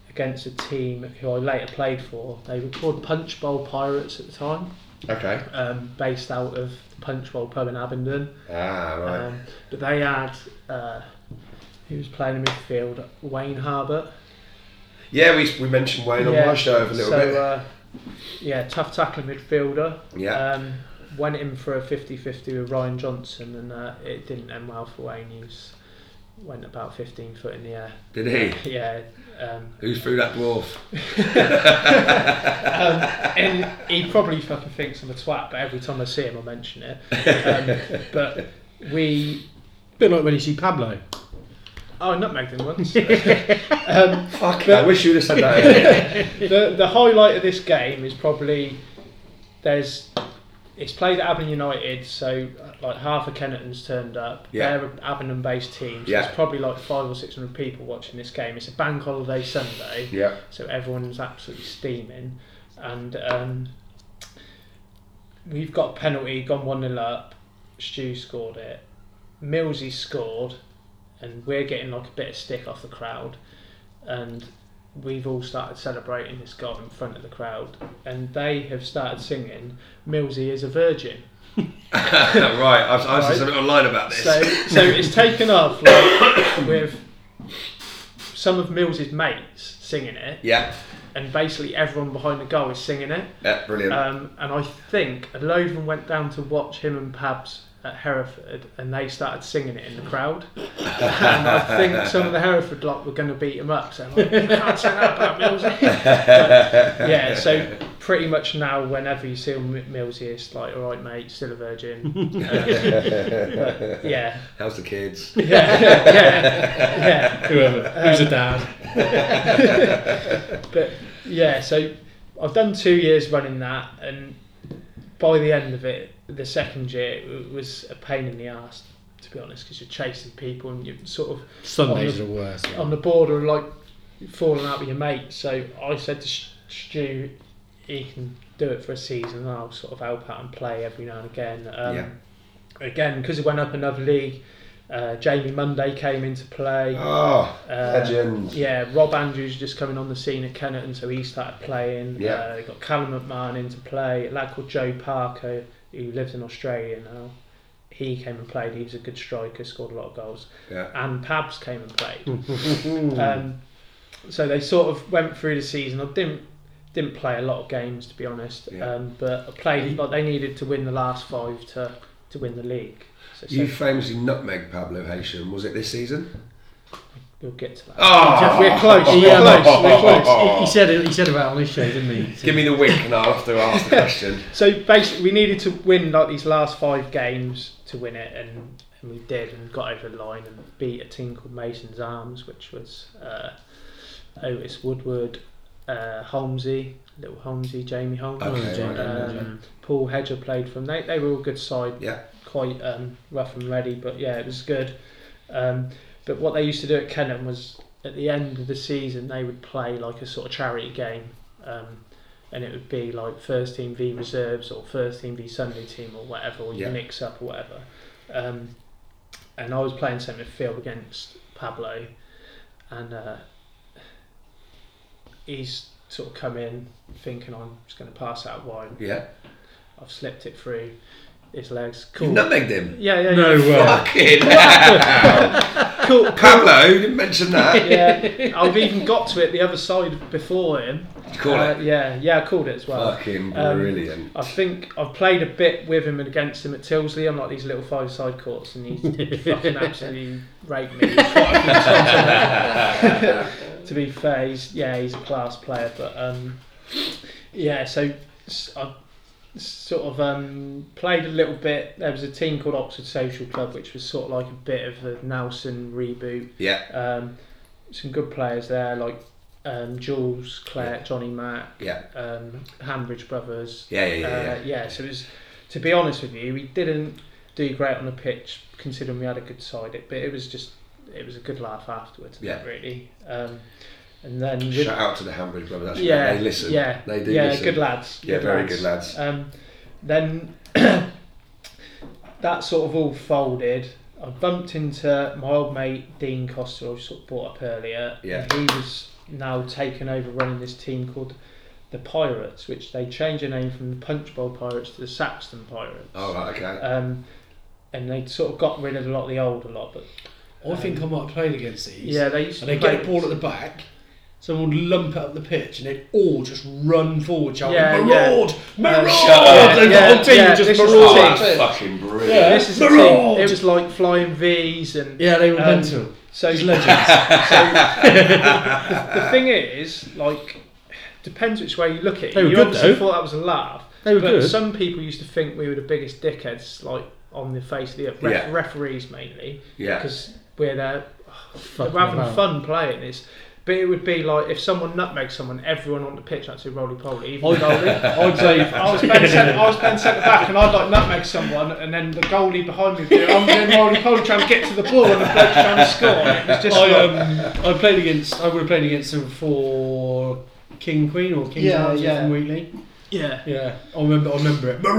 [SPEAKER 6] against a team who I later played for. They were called Punch Bowl Pirates at the time,
[SPEAKER 5] Okay.
[SPEAKER 6] um, based out of the Punch Bowl pub in Abingdon.
[SPEAKER 5] Ah, right.
[SPEAKER 6] Um, but they had uh, who was playing in midfield? Wayne Harbert.
[SPEAKER 5] yeah, we, we mentioned Wayne on my show for a little
[SPEAKER 6] so,
[SPEAKER 5] bit.
[SPEAKER 6] Uh, yeah, tough tackling midfielder.
[SPEAKER 5] yeah.
[SPEAKER 6] Um, went in for a 50-50 with Ryan Johnson and uh, it didn't end well for Wayne. He was, went about 15 foot in the air.
[SPEAKER 5] Did he?
[SPEAKER 6] Yeah. Um,
[SPEAKER 5] Who threw that dwarf?
[SPEAKER 6] um, and he probably fucking thinks I'm a twat, but every time I see him I mention it. Um, but we...
[SPEAKER 8] bit like when you see Pablo.
[SPEAKER 6] Oh, nutmegged him once.
[SPEAKER 5] Fuck. I wish you'd have said that. earlier.
[SPEAKER 6] the the highlight of this game is probably there's it's played at Aberdeen United, so uh, like half of Kennington's turned up.
[SPEAKER 5] Yeah.
[SPEAKER 6] They're an Aberdeen-based team, so
[SPEAKER 5] Yeah.
[SPEAKER 6] there's probably like five or six hundred people watching this game. It's a bank holiday Sunday,
[SPEAKER 5] yeah.
[SPEAKER 6] so everyone's absolutely steaming, and um, we've got a penalty, gone one 0 up. Stu scored it. Millsy scored, and we're getting like a bit of stick off the crowd, and we've all started celebrating this goal in front of the crowd, and they have started singing "Millsy is a virgin."
[SPEAKER 5] right. I've, I've seen
[SPEAKER 6] Right.
[SPEAKER 5] something online about this.
[SPEAKER 6] So, so it's taken off like with some of Mills's mates singing it,
[SPEAKER 5] yeah.
[SPEAKER 6] and basically everyone behind the goal is singing it.
[SPEAKER 5] Yeah, brilliant.
[SPEAKER 6] Um, and I think a load of them went down to watch him and Pabs at Hereford, and they started singing it in the crowd. and I think some of the Hereford lot were going to beat him up, saying, like, "You can't sing that about Millsy." But, yeah, so pretty much now, whenever you see M- Millsy, it's like, "All right, mate, still a virgin." But, yeah,
[SPEAKER 5] How's the kids?
[SPEAKER 6] yeah, yeah, yeah.
[SPEAKER 8] Whoever. Who's a dad?
[SPEAKER 6] but yeah, so I've done two years running that, and by the end of it, the second year it was a pain in the ass, to be honest, because you're chasing people and you're sort of
[SPEAKER 8] Sundays are Oh, the worst.
[SPEAKER 6] on the border of like falling out with your mates. So I said to S- Stu, he can do it for a season, and I'll sort of help out and play every now and again. Um,
[SPEAKER 5] Yeah.
[SPEAKER 6] Again, because it went up another league. Uh, Jamie Monday came into play.
[SPEAKER 5] Oh,
[SPEAKER 6] Uh,
[SPEAKER 5] legend.
[SPEAKER 6] Yeah, Rob Andrews just coming on the scene at Kennerton, so he started playing.
[SPEAKER 5] Yeah.
[SPEAKER 6] Uh, they got Callum McMahon into play. A lad called Joe Parker, who lives in Australia now, he came and played. He was a good striker, scored a lot of goals.
[SPEAKER 5] Yeah.
[SPEAKER 6] And Pabs came and played. um, so they sort of went through the season. I didn't didn't play a lot of games to be honest,
[SPEAKER 5] Yeah.
[SPEAKER 6] um, but I played. But they needed to win the last five to to win the league. So,
[SPEAKER 5] You
[SPEAKER 6] so
[SPEAKER 5] famously nutmeg Pablo Haitian. Was it this season?
[SPEAKER 6] we'll get to that.
[SPEAKER 5] Oh,
[SPEAKER 6] we're close. uh,
[SPEAKER 2] Yeah,
[SPEAKER 5] oh,
[SPEAKER 2] close, we're
[SPEAKER 5] oh,
[SPEAKER 2] close.
[SPEAKER 5] oh.
[SPEAKER 2] He, he said it. He said about on his show, didn't he?
[SPEAKER 5] Give me the wink and I'll have to ask the question.
[SPEAKER 6] So basically, we needed to win like these last five games to win it, and, and we did, and got over the line and beat a team called Mason's Arms, which was uh, Otis Woodward, uh, Holmesy, little Holmesy, Jamie Holmes,
[SPEAKER 5] Okay, right,
[SPEAKER 6] um, Paul Hedger played from. They they were all good side,
[SPEAKER 5] Yeah.
[SPEAKER 6] quite um, rough and ready, but yeah, it was good. Um, but what they used to do at Kenham was at the end of the season they would play like a sort of charity game, um, and it would be like first team v reserves or first team v Sunday team or whatever, or you
[SPEAKER 5] Yeah.
[SPEAKER 6] mix up or whatever. Um, and I was playing centre midfield against Pablo, and uh, he's sort of come in thinking I'm just going to pass out wide.
[SPEAKER 5] Yeah.
[SPEAKER 6] I've slipped it through his legs.
[SPEAKER 5] You
[SPEAKER 6] Cool.
[SPEAKER 5] nutmegged him.
[SPEAKER 6] Yeah, yeah,
[SPEAKER 8] No
[SPEAKER 6] yeah.
[SPEAKER 8] way.
[SPEAKER 5] Fucking hell.
[SPEAKER 6] Cool.
[SPEAKER 5] Pablo, you didn't mention that.
[SPEAKER 6] yeah, I've even got to it the other side before him.
[SPEAKER 5] Did you call
[SPEAKER 6] Uh,
[SPEAKER 5] it?
[SPEAKER 6] Yeah, yeah, I called it as well.
[SPEAKER 5] Fucking
[SPEAKER 6] um,
[SPEAKER 5] brilliant.
[SPEAKER 6] I think I've played a bit with him and against him at Tilsley on like these little five side courts, and he fucking absolutely raped me. to be fair, he's, yeah, he's a class player, but um, yeah, so s- I sort of um, played a little bit. There was a team called Oxford Social Club, which was sort of like a bit of the Nelson reboot.
[SPEAKER 5] yeah,
[SPEAKER 6] Um, some good players there, like um, Jules, Claire, Johnny Mack,
[SPEAKER 5] yeah,
[SPEAKER 6] um, Hambridge Brothers.
[SPEAKER 5] yeah, yeah,
[SPEAKER 6] Uh,
[SPEAKER 5] yeah. yeah.
[SPEAKER 6] yeah. so it was, to be honest with you, we didn't do great on the pitch considering we had a good side, it, but it was just, it was a good laugh afterwards,
[SPEAKER 5] Yeah.
[SPEAKER 6] really. Um, and then, with-
[SPEAKER 5] Shout out to the Hambridge brothers. Actually,
[SPEAKER 6] yeah,
[SPEAKER 5] they listen.
[SPEAKER 6] yeah,
[SPEAKER 5] they do
[SPEAKER 6] yeah,
[SPEAKER 5] listen.
[SPEAKER 6] good lads.
[SPEAKER 5] Yeah, very good lads.
[SPEAKER 6] Um, then that sort of all folded. I bumped into my old mate Dean Costa, who I sort of brought up earlier.
[SPEAKER 5] Yeah.
[SPEAKER 6] He was now taken over running this team called the Pirates, which they changed their name from the Punch Bowl Pirates to the Saxton Pirates.
[SPEAKER 5] All Oh, right, okay.
[SPEAKER 6] Um, and they sort of got rid of a lot of the old a lot, but
[SPEAKER 7] I think I might have played against these.
[SPEAKER 6] yeah, they used to
[SPEAKER 7] And they
[SPEAKER 6] play-
[SPEAKER 7] get a ball at the back. Someone would lump it up the pitch and they'd all just run forward shouting,
[SPEAKER 6] Yeah, yeah.
[SPEAKER 7] Maraud! Maraud!
[SPEAKER 5] shut
[SPEAKER 7] and
[SPEAKER 6] up.
[SPEAKER 7] the whole team
[SPEAKER 6] Yeah,
[SPEAKER 7] would just
[SPEAKER 6] this is
[SPEAKER 5] oh,
[SPEAKER 6] the
[SPEAKER 7] maraud.
[SPEAKER 5] that's
[SPEAKER 6] team.
[SPEAKER 5] fucking brilliant.
[SPEAKER 7] Yeah.
[SPEAKER 6] This is the
[SPEAKER 7] Maraud!
[SPEAKER 6] team. It was like flying V's and
[SPEAKER 7] Yeah, they were
[SPEAKER 6] Um,
[SPEAKER 7] mental.
[SPEAKER 6] So legends. so the, the thing is, like, depends which way you look at it.
[SPEAKER 8] They were
[SPEAKER 6] you
[SPEAKER 8] good,
[SPEAKER 6] obviously
[SPEAKER 8] though.
[SPEAKER 6] thought that was a laugh,
[SPEAKER 8] They were
[SPEAKER 6] but
[SPEAKER 8] good.
[SPEAKER 6] some people used to think we were the biggest dickheads, like on the face of the earth. Ref-
[SPEAKER 5] Yeah.
[SPEAKER 6] Referees mainly,
[SPEAKER 5] Yeah.
[SPEAKER 6] because we're there.
[SPEAKER 8] Fucking
[SPEAKER 6] we're having
[SPEAKER 8] about.
[SPEAKER 6] fun playing this. But it would be like if someone nutmegs someone, everyone on the pitch had to roly poly, even the goalie.
[SPEAKER 8] I'd say
[SPEAKER 6] I was playing centre, I was playing centre back, and I'd like nutmeg someone, and then the goalie behind me. would do it. I'm doing roly poly trying to get to the ball, and the bloke trying to score. And it was just
[SPEAKER 8] I,
[SPEAKER 6] like,
[SPEAKER 8] um, I played against. I would have played against them for King Queen or King's
[SPEAKER 7] Yeah,
[SPEAKER 8] Arms
[SPEAKER 7] yeah.
[SPEAKER 8] from Wheatley.
[SPEAKER 6] yeah.
[SPEAKER 8] Yeah, I remember. I remember it.
[SPEAKER 6] But it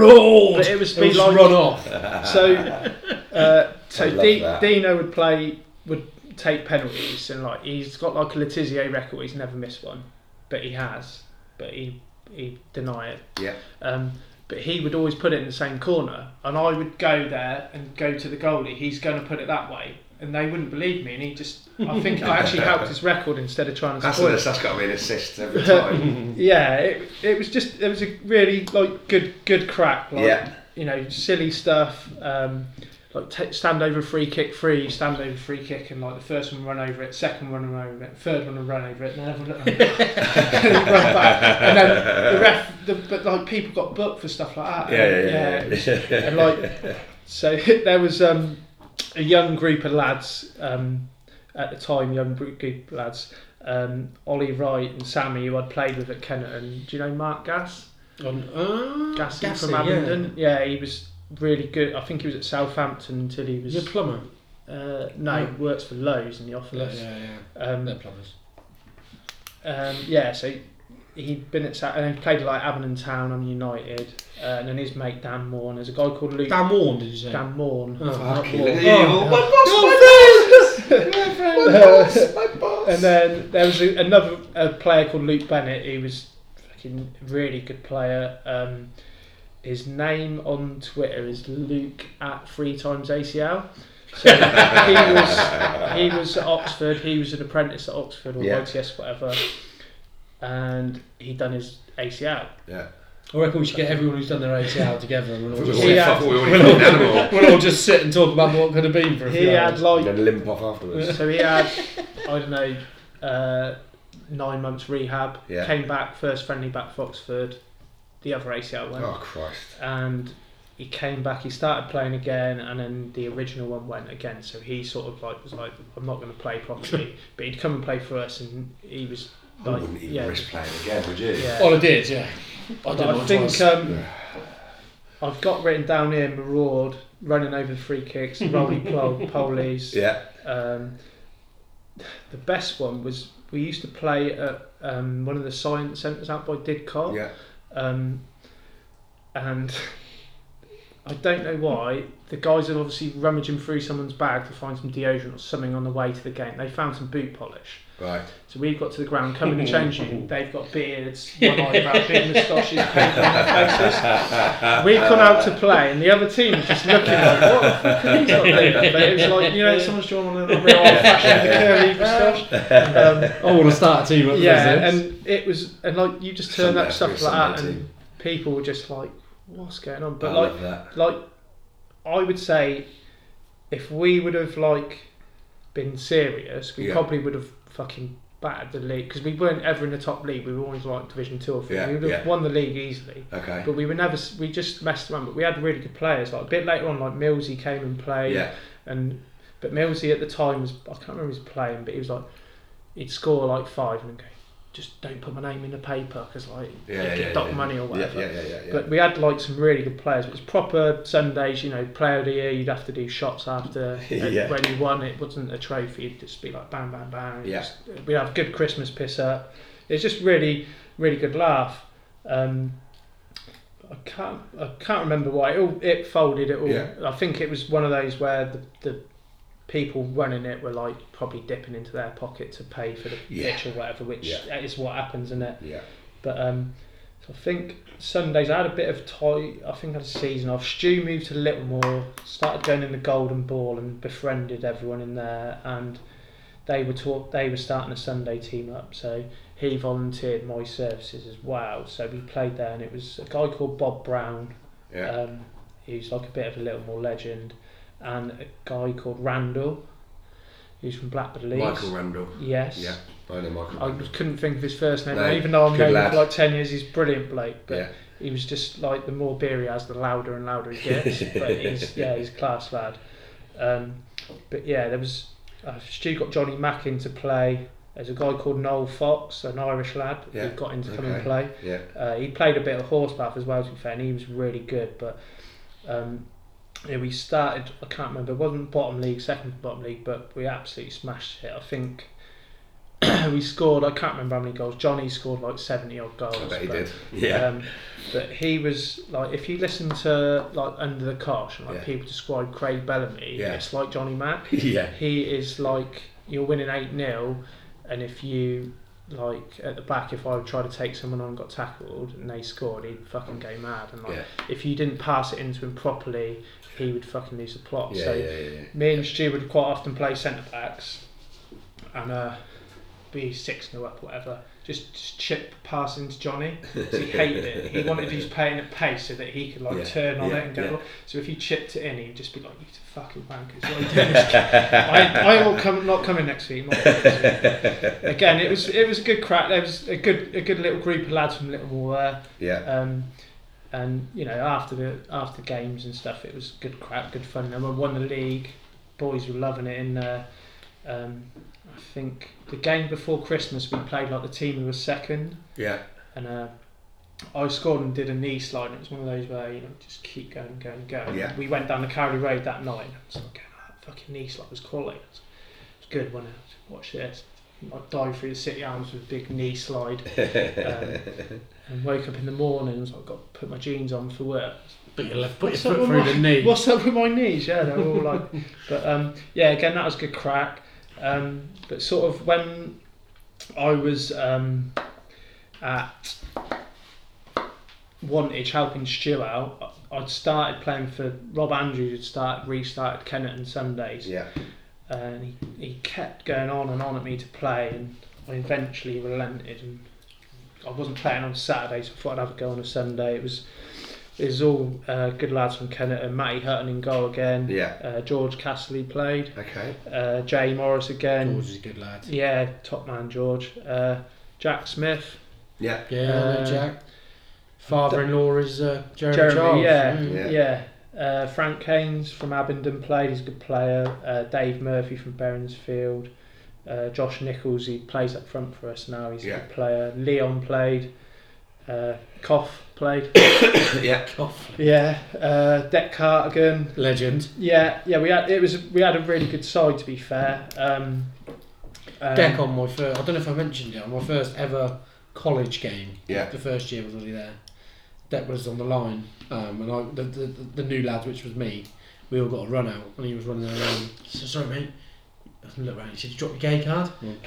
[SPEAKER 6] was
[SPEAKER 8] It was
[SPEAKER 6] be like
[SPEAKER 8] run off.
[SPEAKER 6] so. Uh, so
[SPEAKER 5] I love
[SPEAKER 6] D-
[SPEAKER 5] that.
[SPEAKER 6] Dino would play, would take penalties, and like he's got like a Letizia record. He's never missed one, but he has. But he he deny it.
[SPEAKER 5] Yeah.
[SPEAKER 6] Um, but he would always put it in the same corner, and I would go there and go to the goalie. He's going to put it that way. and they wouldn't believe me, and he just I think I actually helped his record instead of trying to
[SPEAKER 5] That's,
[SPEAKER 6] spoil it.
[SPEAKER 5] that's, that's got to be an assist every time.
[SPEAKER 6] Yeah, it, it was just it was a really like good good crack. Like,
[SPEAKER 5] yeah.
[SPEAKER 6] you know, silly stuff. Um, like t- stand over free kick free, stand over free kick, and like the first one run over it, second one run over it, third one run over it, and then everyone and then run back. And then the ref, the, but like people got booked for stuff like that.
[SPEAKER 5] Yeah,
[SPEAKER 6] And,
[SPEAKER 5] yeah,
[SPEAKER 6] it
[SPEAKER 5] yeah.
[SPEAKER 6] was- and like, so there was um, a young group of lads um, at the time, young group group of lads. Um, Ollie Wright and Sammy, who I'd played with at Kennerton. Do you know Mark Gass?
[SPEAKER 8] On, uh,
[SPEAKER 6] Gassy,
[SPEAKER 8] Gassy,
[SPEAKER 6] from Abingdon. Yeah. he was really good. I think he was at Southampton until he
[SPEAKER 8] Yeah.
[SPEAKER 6] was.
[SPEAKER 8] You're a plumber.
[SPEAKER 6] Uh, no, he works for Lowe's in the office.
[SPEAKER 8] yeah.
[SPEAKER 6] Um,
[SPEAKER 8] They're plumbers.
[SPEAKER 6] um, yeah, so he'd been at South, and he played like Abingdon Town on United, uh, and then his mate Dan Moore, and there's a guy called Luke Dan,
[SPEAKER 8] Dan Warren, did you say?
[SPEAKER 6] Moore.
[SPEAKER 8] Oh,
[SPEAKER 6] not
[SPEAKER 5] Fucking
[SPEAKER 6] Moore.
[SPEAKER 5] hell. My boss, my boss, my boss.
[SPEAKER 6] And then there was a, another a player called Luke Bennett who was fucking really good player. Um, his name on Twitter is Luke at three times ACL. So he was he was at Oxford. He was an apprentice at Oxford or
[SPEAKER 5] Yeah.
[SPEAKER 6] YTS whatever, and he done his ACL.
[SPEAKER 5] Yeah.
[SPEAKER 8] I reckon we should get everyone who's done their ACL together and we'll all,
[SPEAKER 5] We
[SPEAKER 8] just,
[SPEAKER 5] all-
[SPEAKER 6] Yeah.
[SPEAKER 5] fuck, we all need an animal.
[SPEAKER 8] we'll all just sit and talk about what could have been for a few
[SPEAKER 6] He had
[SPEAKER 5] And
[SPEAKER 8] hours.
[SPEAKER 6] like
[SPEAKER 5] then limp off afterwards.
[SPEAKER 6] so he had I don't know uh, nine months rehab.
[SPEAKER 5] Yeah.
[SPEAKER 6] Came back first friendly back for Oxford. The other ACL went.
[SPEAKER 5] Oh, Christ.
[SPEAKER 6] and he came back. He started playing again, and then the original one went again. So he sort of like was like, "I'm not going to play properly," but he'd come and play for us, and he was
[SPEAKER 5] I
[SPEAKER 6] like,
[SPEAKER 5] wouldn't even
[SPEAKER 6] "Yeah,
[SPEAKER 5] risk playing again, would you?
[SPEAKER 6] yeah."
[SPEAKER 8] Well, I did, yeah. I
[SPEAKER 6] But
[SPEAKER 8] did
[SPEAKER 6] I
[SPEAKER 8] once,
[SPEAKER 6] think
[SPEAKER 8] twice.
[SPEAKER 7] uh,
[SPEAKER 6] um, I've got written down here Maraud running over free kicks, Rolly Pol- Polies.
[SPEAKER 5] Yeah.
[SPEAKER 6] Um, the best one was we used to play at um, one of the science centres out by Didcot.
[SPEAKER 5] Yeah.
[SPEAKER 6] Um, and I don't know why. The guys are obviously rummaging through someone's bag to find some deodorant or something on the way to the game. They found some boot polish.
[SPEAKER 5] Right.
[SPEAKER 6] So we've got to the ground, come in and change you. They've got beards, one eyebrow, big moustaches, paint on their faces. We've gone out to play, and the other team is just looking like, what the fuck are these lot doing? But it was like, you know, someone's drawn on a real old fashioned curly moustache. Um,
[SPEAKER 8] I want to start a team up
[SPEAKER 6] yeah,
[SPEAKER 8] and
[SPEAKER 6] and it was and like you just turn
[SPEAKER 5] Sunday
[SPEAKER 6] up
[SPEAKER 5] after
[SPEAKER 6] stuff
[SPEAKER 5] a
[SPEAKER 6] like that,
[SPEAKER 5] Sunday
[SPEAKER 6] and people were just like, "What's going on?"
[SPEAKER 5] I
[SPEAKER 6] But
[SPEAKER 5] love that.
[SPEAKER 6] like, like I would say, if we would have like been serious, we
[SPEAKER 5] Yeah.
[SPEAKER 6] probably would have fucking battered the league because we weren't ever in the top league. We were always like Division Two or Three.
[SPEAKER 5] Yeah,
[SPEAKER 6] we would have
[SPEAKER 5] yeah.
[SPEAKER 6] won the league easily.
[SPEAKER 5] Okay.
[SPEAKER 6] But we were never. s- We just messed around. But we had really good players. Like a bit later on, like Millsy came and played
[SPEAKER 5] Yeah.
[SPEAKER 6] and but Millsy at the time was I can't remember his playing, but he was like he'd score like five and then go, just don't put my name in the paper because like
[SPEAKER 5] Yeah,
[SPEAKER 6] they
[SPEAKER 5] yeah,
[SPEAKER 6] get dock
[SPEAKER 5] yeah.
[SPEAKER 6] money or
[SPEAKER 5] Yeah,
[SPEAKER 6] whatever.
[SPEAKER 5] yeah, yeah, yeah. yeah.
[SPEAKER 6] But we had like some really good players. It was proper Sundays, you know, player of the year. You'd have to do shots after and
[SPEAKER 5] Yeah.
[SPEAKER 6] when you won. It wasn't a trophy. It'd just be like bang, bang, bang.
[SPEAKER 5] Yeah.
[SPEAKER 6] Just- We'd have good Christmas piss up. It's just really, really good laugh. Um, I can't, I can't remember why it all it folded. It all.
[SPEAKER 5] Yeah.
[SPEAKER 6] I think it was one of those where the, the people running it were like probably dipping into their pocket to pay for the
[SPEAKER 5] Yeah.
[SPEAKER 6] pitch or whatever, which
[SPEAKER 5] Yeah.
[SPEAKER 6] is what happens in it.
[SPEAKER 5] yeah.
[SPEAKER 6] But um, so I think Sundays I had a bit of toy. I think I had a season off. Stu moved to Littlemore, started going in the Golden Ball and befriended everyone in there. And they were taught they were starting a Sunday team up. So he volunteered my services as well. So we played there, and it was a guy called Bob Brown,
[SPEAKER 5] Yeah.
[SPEAKER 6] um, who's like a bit of a Littlemore legend, and a guy called Randall, who's from Blackburn Leeds.
[SPEAKER 5] Michael Randall.
[SPEAKER 6] Yes.
[SPEAKER 5] Yeah. I know Michael
[SPEAKER 6] I
[SPEAKER 5] Randall.
[SPEAKER 6] couldn't think of his first name,
[SPEAKER 5] No,
[SPEAKER 6] even though I've
[SPEAKER 5] good
[SPEAKER 6] known him
[SPEAKER 5] lad.
[SPEAKER 6] for like 10 years, he's brilliant, Blake. But
[SPEAKER 5] Yeah.
[SPEAKER 6] he was just like, the more beer he has, the louder and louder he gets. but he's, yeah, he's a class lad. Um, but yeah, there was, uh, Stu got Johnny Mack in to play. There's a guy called Noel Fox, an Irish lad,
[SPEAKER 5] Yeah,
[SPEAKER 6] who got him to come and
[SPEAKER 5] okay.
[SPEAKER 6] play.
[SPEAKER 5] Yeah.
[SPEAKER 6] Uh, he played a bit of horseback as well, to be fair, and he was really good. But um, yeah, we started, I can't remember, it wasn't bottom league, second bottom league, but we absolutely smashed it. I think we scored, I can't remember how many goals. Johnny scored like 70 odd goals.
[SPEAKER 5] I bet he
[SPEAKER 6] but,
[SPEAKER 5] did. Yeah.
[SPEAKER 6] Um, but he was like, if you listen to like Under the Cosh and like
[SPEAKER 5] Yeah.
[SPEAKER 6] people describe Craig Bellamy,
[SPEAKER 5] Yeah.
[SPEAKER 6] it's like Johnny Mack
[SPEAKER 5] yeah.
[SPEAKER 6] he is like you're winning 8 0 and if you like at the back, if I would try to take someone on and got tackled and they scored, he'd fucking go mad. And like,
[SPEAKER 5] Yeah.
[SPEAKER 6] if you didn't pass it into him properly, he would fucking lose the plot.
[SPEAKER 5] Yeah,
[SPEAKER 6] so
[SPEAKER 5] yeah, yeah, yeah.
[SPEAKER 6] me and Stu would quite often play centre backs and uh, be 6 0 up, whatever. Just, just chip passing to Johnny. 'cause he hated it. He wanted his playing at pace so that he could like
[SPEAKER 5] Yeah,
[SPEAKER 6] turn on
[SPEAKER 5] yeah,
[SPEAKER 6] it and go.
[SPEAKER 5] yeah.
[SPEAKER 6] So if you chipped it in, he'd just be like, "You fucking wankers!" What are you doing? I, I will come, not coming next week. Not coming next week. Again, it was it was a good crack. There was a good a good little group of lads from Liverpool there.
[SPEAKER 5] Yeah.
[SPEAKER 6] Um, and you know, after the after games and stuff, it was good crap, good fun. And we won the league. Boys were loving it in there. Um, I think the game before Christmas, we played like the team who was second,
[SPEAKER 5] Yeah.
[SPEAKER 6] and uh, I scored and did a knee slide. And it was one of those where you know just keep going, going, going.
[SPEAKER 5] Yeah.
[SPEAKER 6] We went down the Cowley Road that night. And I was like, "Oh, that fucking knee slide was quality. It was, it was good when I watch this. I dived through the city arms with a big knee slide. Um, and woke up in the morning and was like, I've got to put my jeans on for work.
[SPEAKER 8] Put your left, put
[SPEAKER 6] What's
[SPEAKER 8] your
[SPEAKER 6] up with
[SPEAKER 8] foot through
[SPEAKER 6] my-
[SPEAKER 8] the knee.
[SPEAKER 6] What's up with my knees? Yeah, they're all like. But um, yeah, again, that was good crack. Um, but sort of when I was um, at Wantage helping Stu out, I- I'd started playing for Rob Andrews, had started, restarted Kennerton Sundays
[SPEAKER 5] Yeah.
[SPEAKER 6] and he, he kept going on and on at me to play and I eventually relented and I wasn't playing on Saturday so I thought I'd have a go on a Sunday. It was it was all uh, good lads from Kennet and Matty Hutton in goal again.
[SPEAKER 5] Yeah.
[SPEAKER 6] Uh, George Castley played.
[SPEAKER 5] Okay.
[SPEAKER 6] Uh, Jay Morris again.
[SPEAKER 8] George is a good lad.
[SPEAKER 6] Yeah, top man George. Uh, Jack Smith.
[SPEAKER 5] Yeah.
[SPEAKER 4] Yeah,
[SPEAKER 6] Uh,
[SPEAKER 4] no, Jack. Father-in-law is uh, Jeremy,
[SPEAKER 6] Jeremy,
[SPEAKER 4] Charles.
[SPEAKER 6] yeah.
[SPEAKER 4] Mm.
[SPEAKER 5] Yeah.
[SPEAKER 6] Yeah. Uh, Frank Keynes from Abingdon played, he's a good player. Uh, Dave Murphy from Berensfield. Uh, Josh Nichols, he plays up front for us now, he's
[SPEAKER 5] Yeah.
[SPEAKER 6] a good player. Leon played. Uh, Koff played.
[SPEAKER 5] Yeah.
[SPEAKER 6] yeah. Uh, Deck Cartigan.
[SPEAKER 4] Legend.
[SPEAKER 6] Yeah, yeah, we had it was we had a really good side to be fair. Um, um,
[SPEAKER 8] Deck on my first. I don't know if I mentioned it on my first ever college game.
[SPEAKER 5] Yeah.
[SPEAKER 8] The first year was already there. Deck was on the line, um, and I, the, the the new lad, which was me, we all got a run out, and he was running around. So sorry, mate. I looked around. He said, "You dropped your gay card." Gone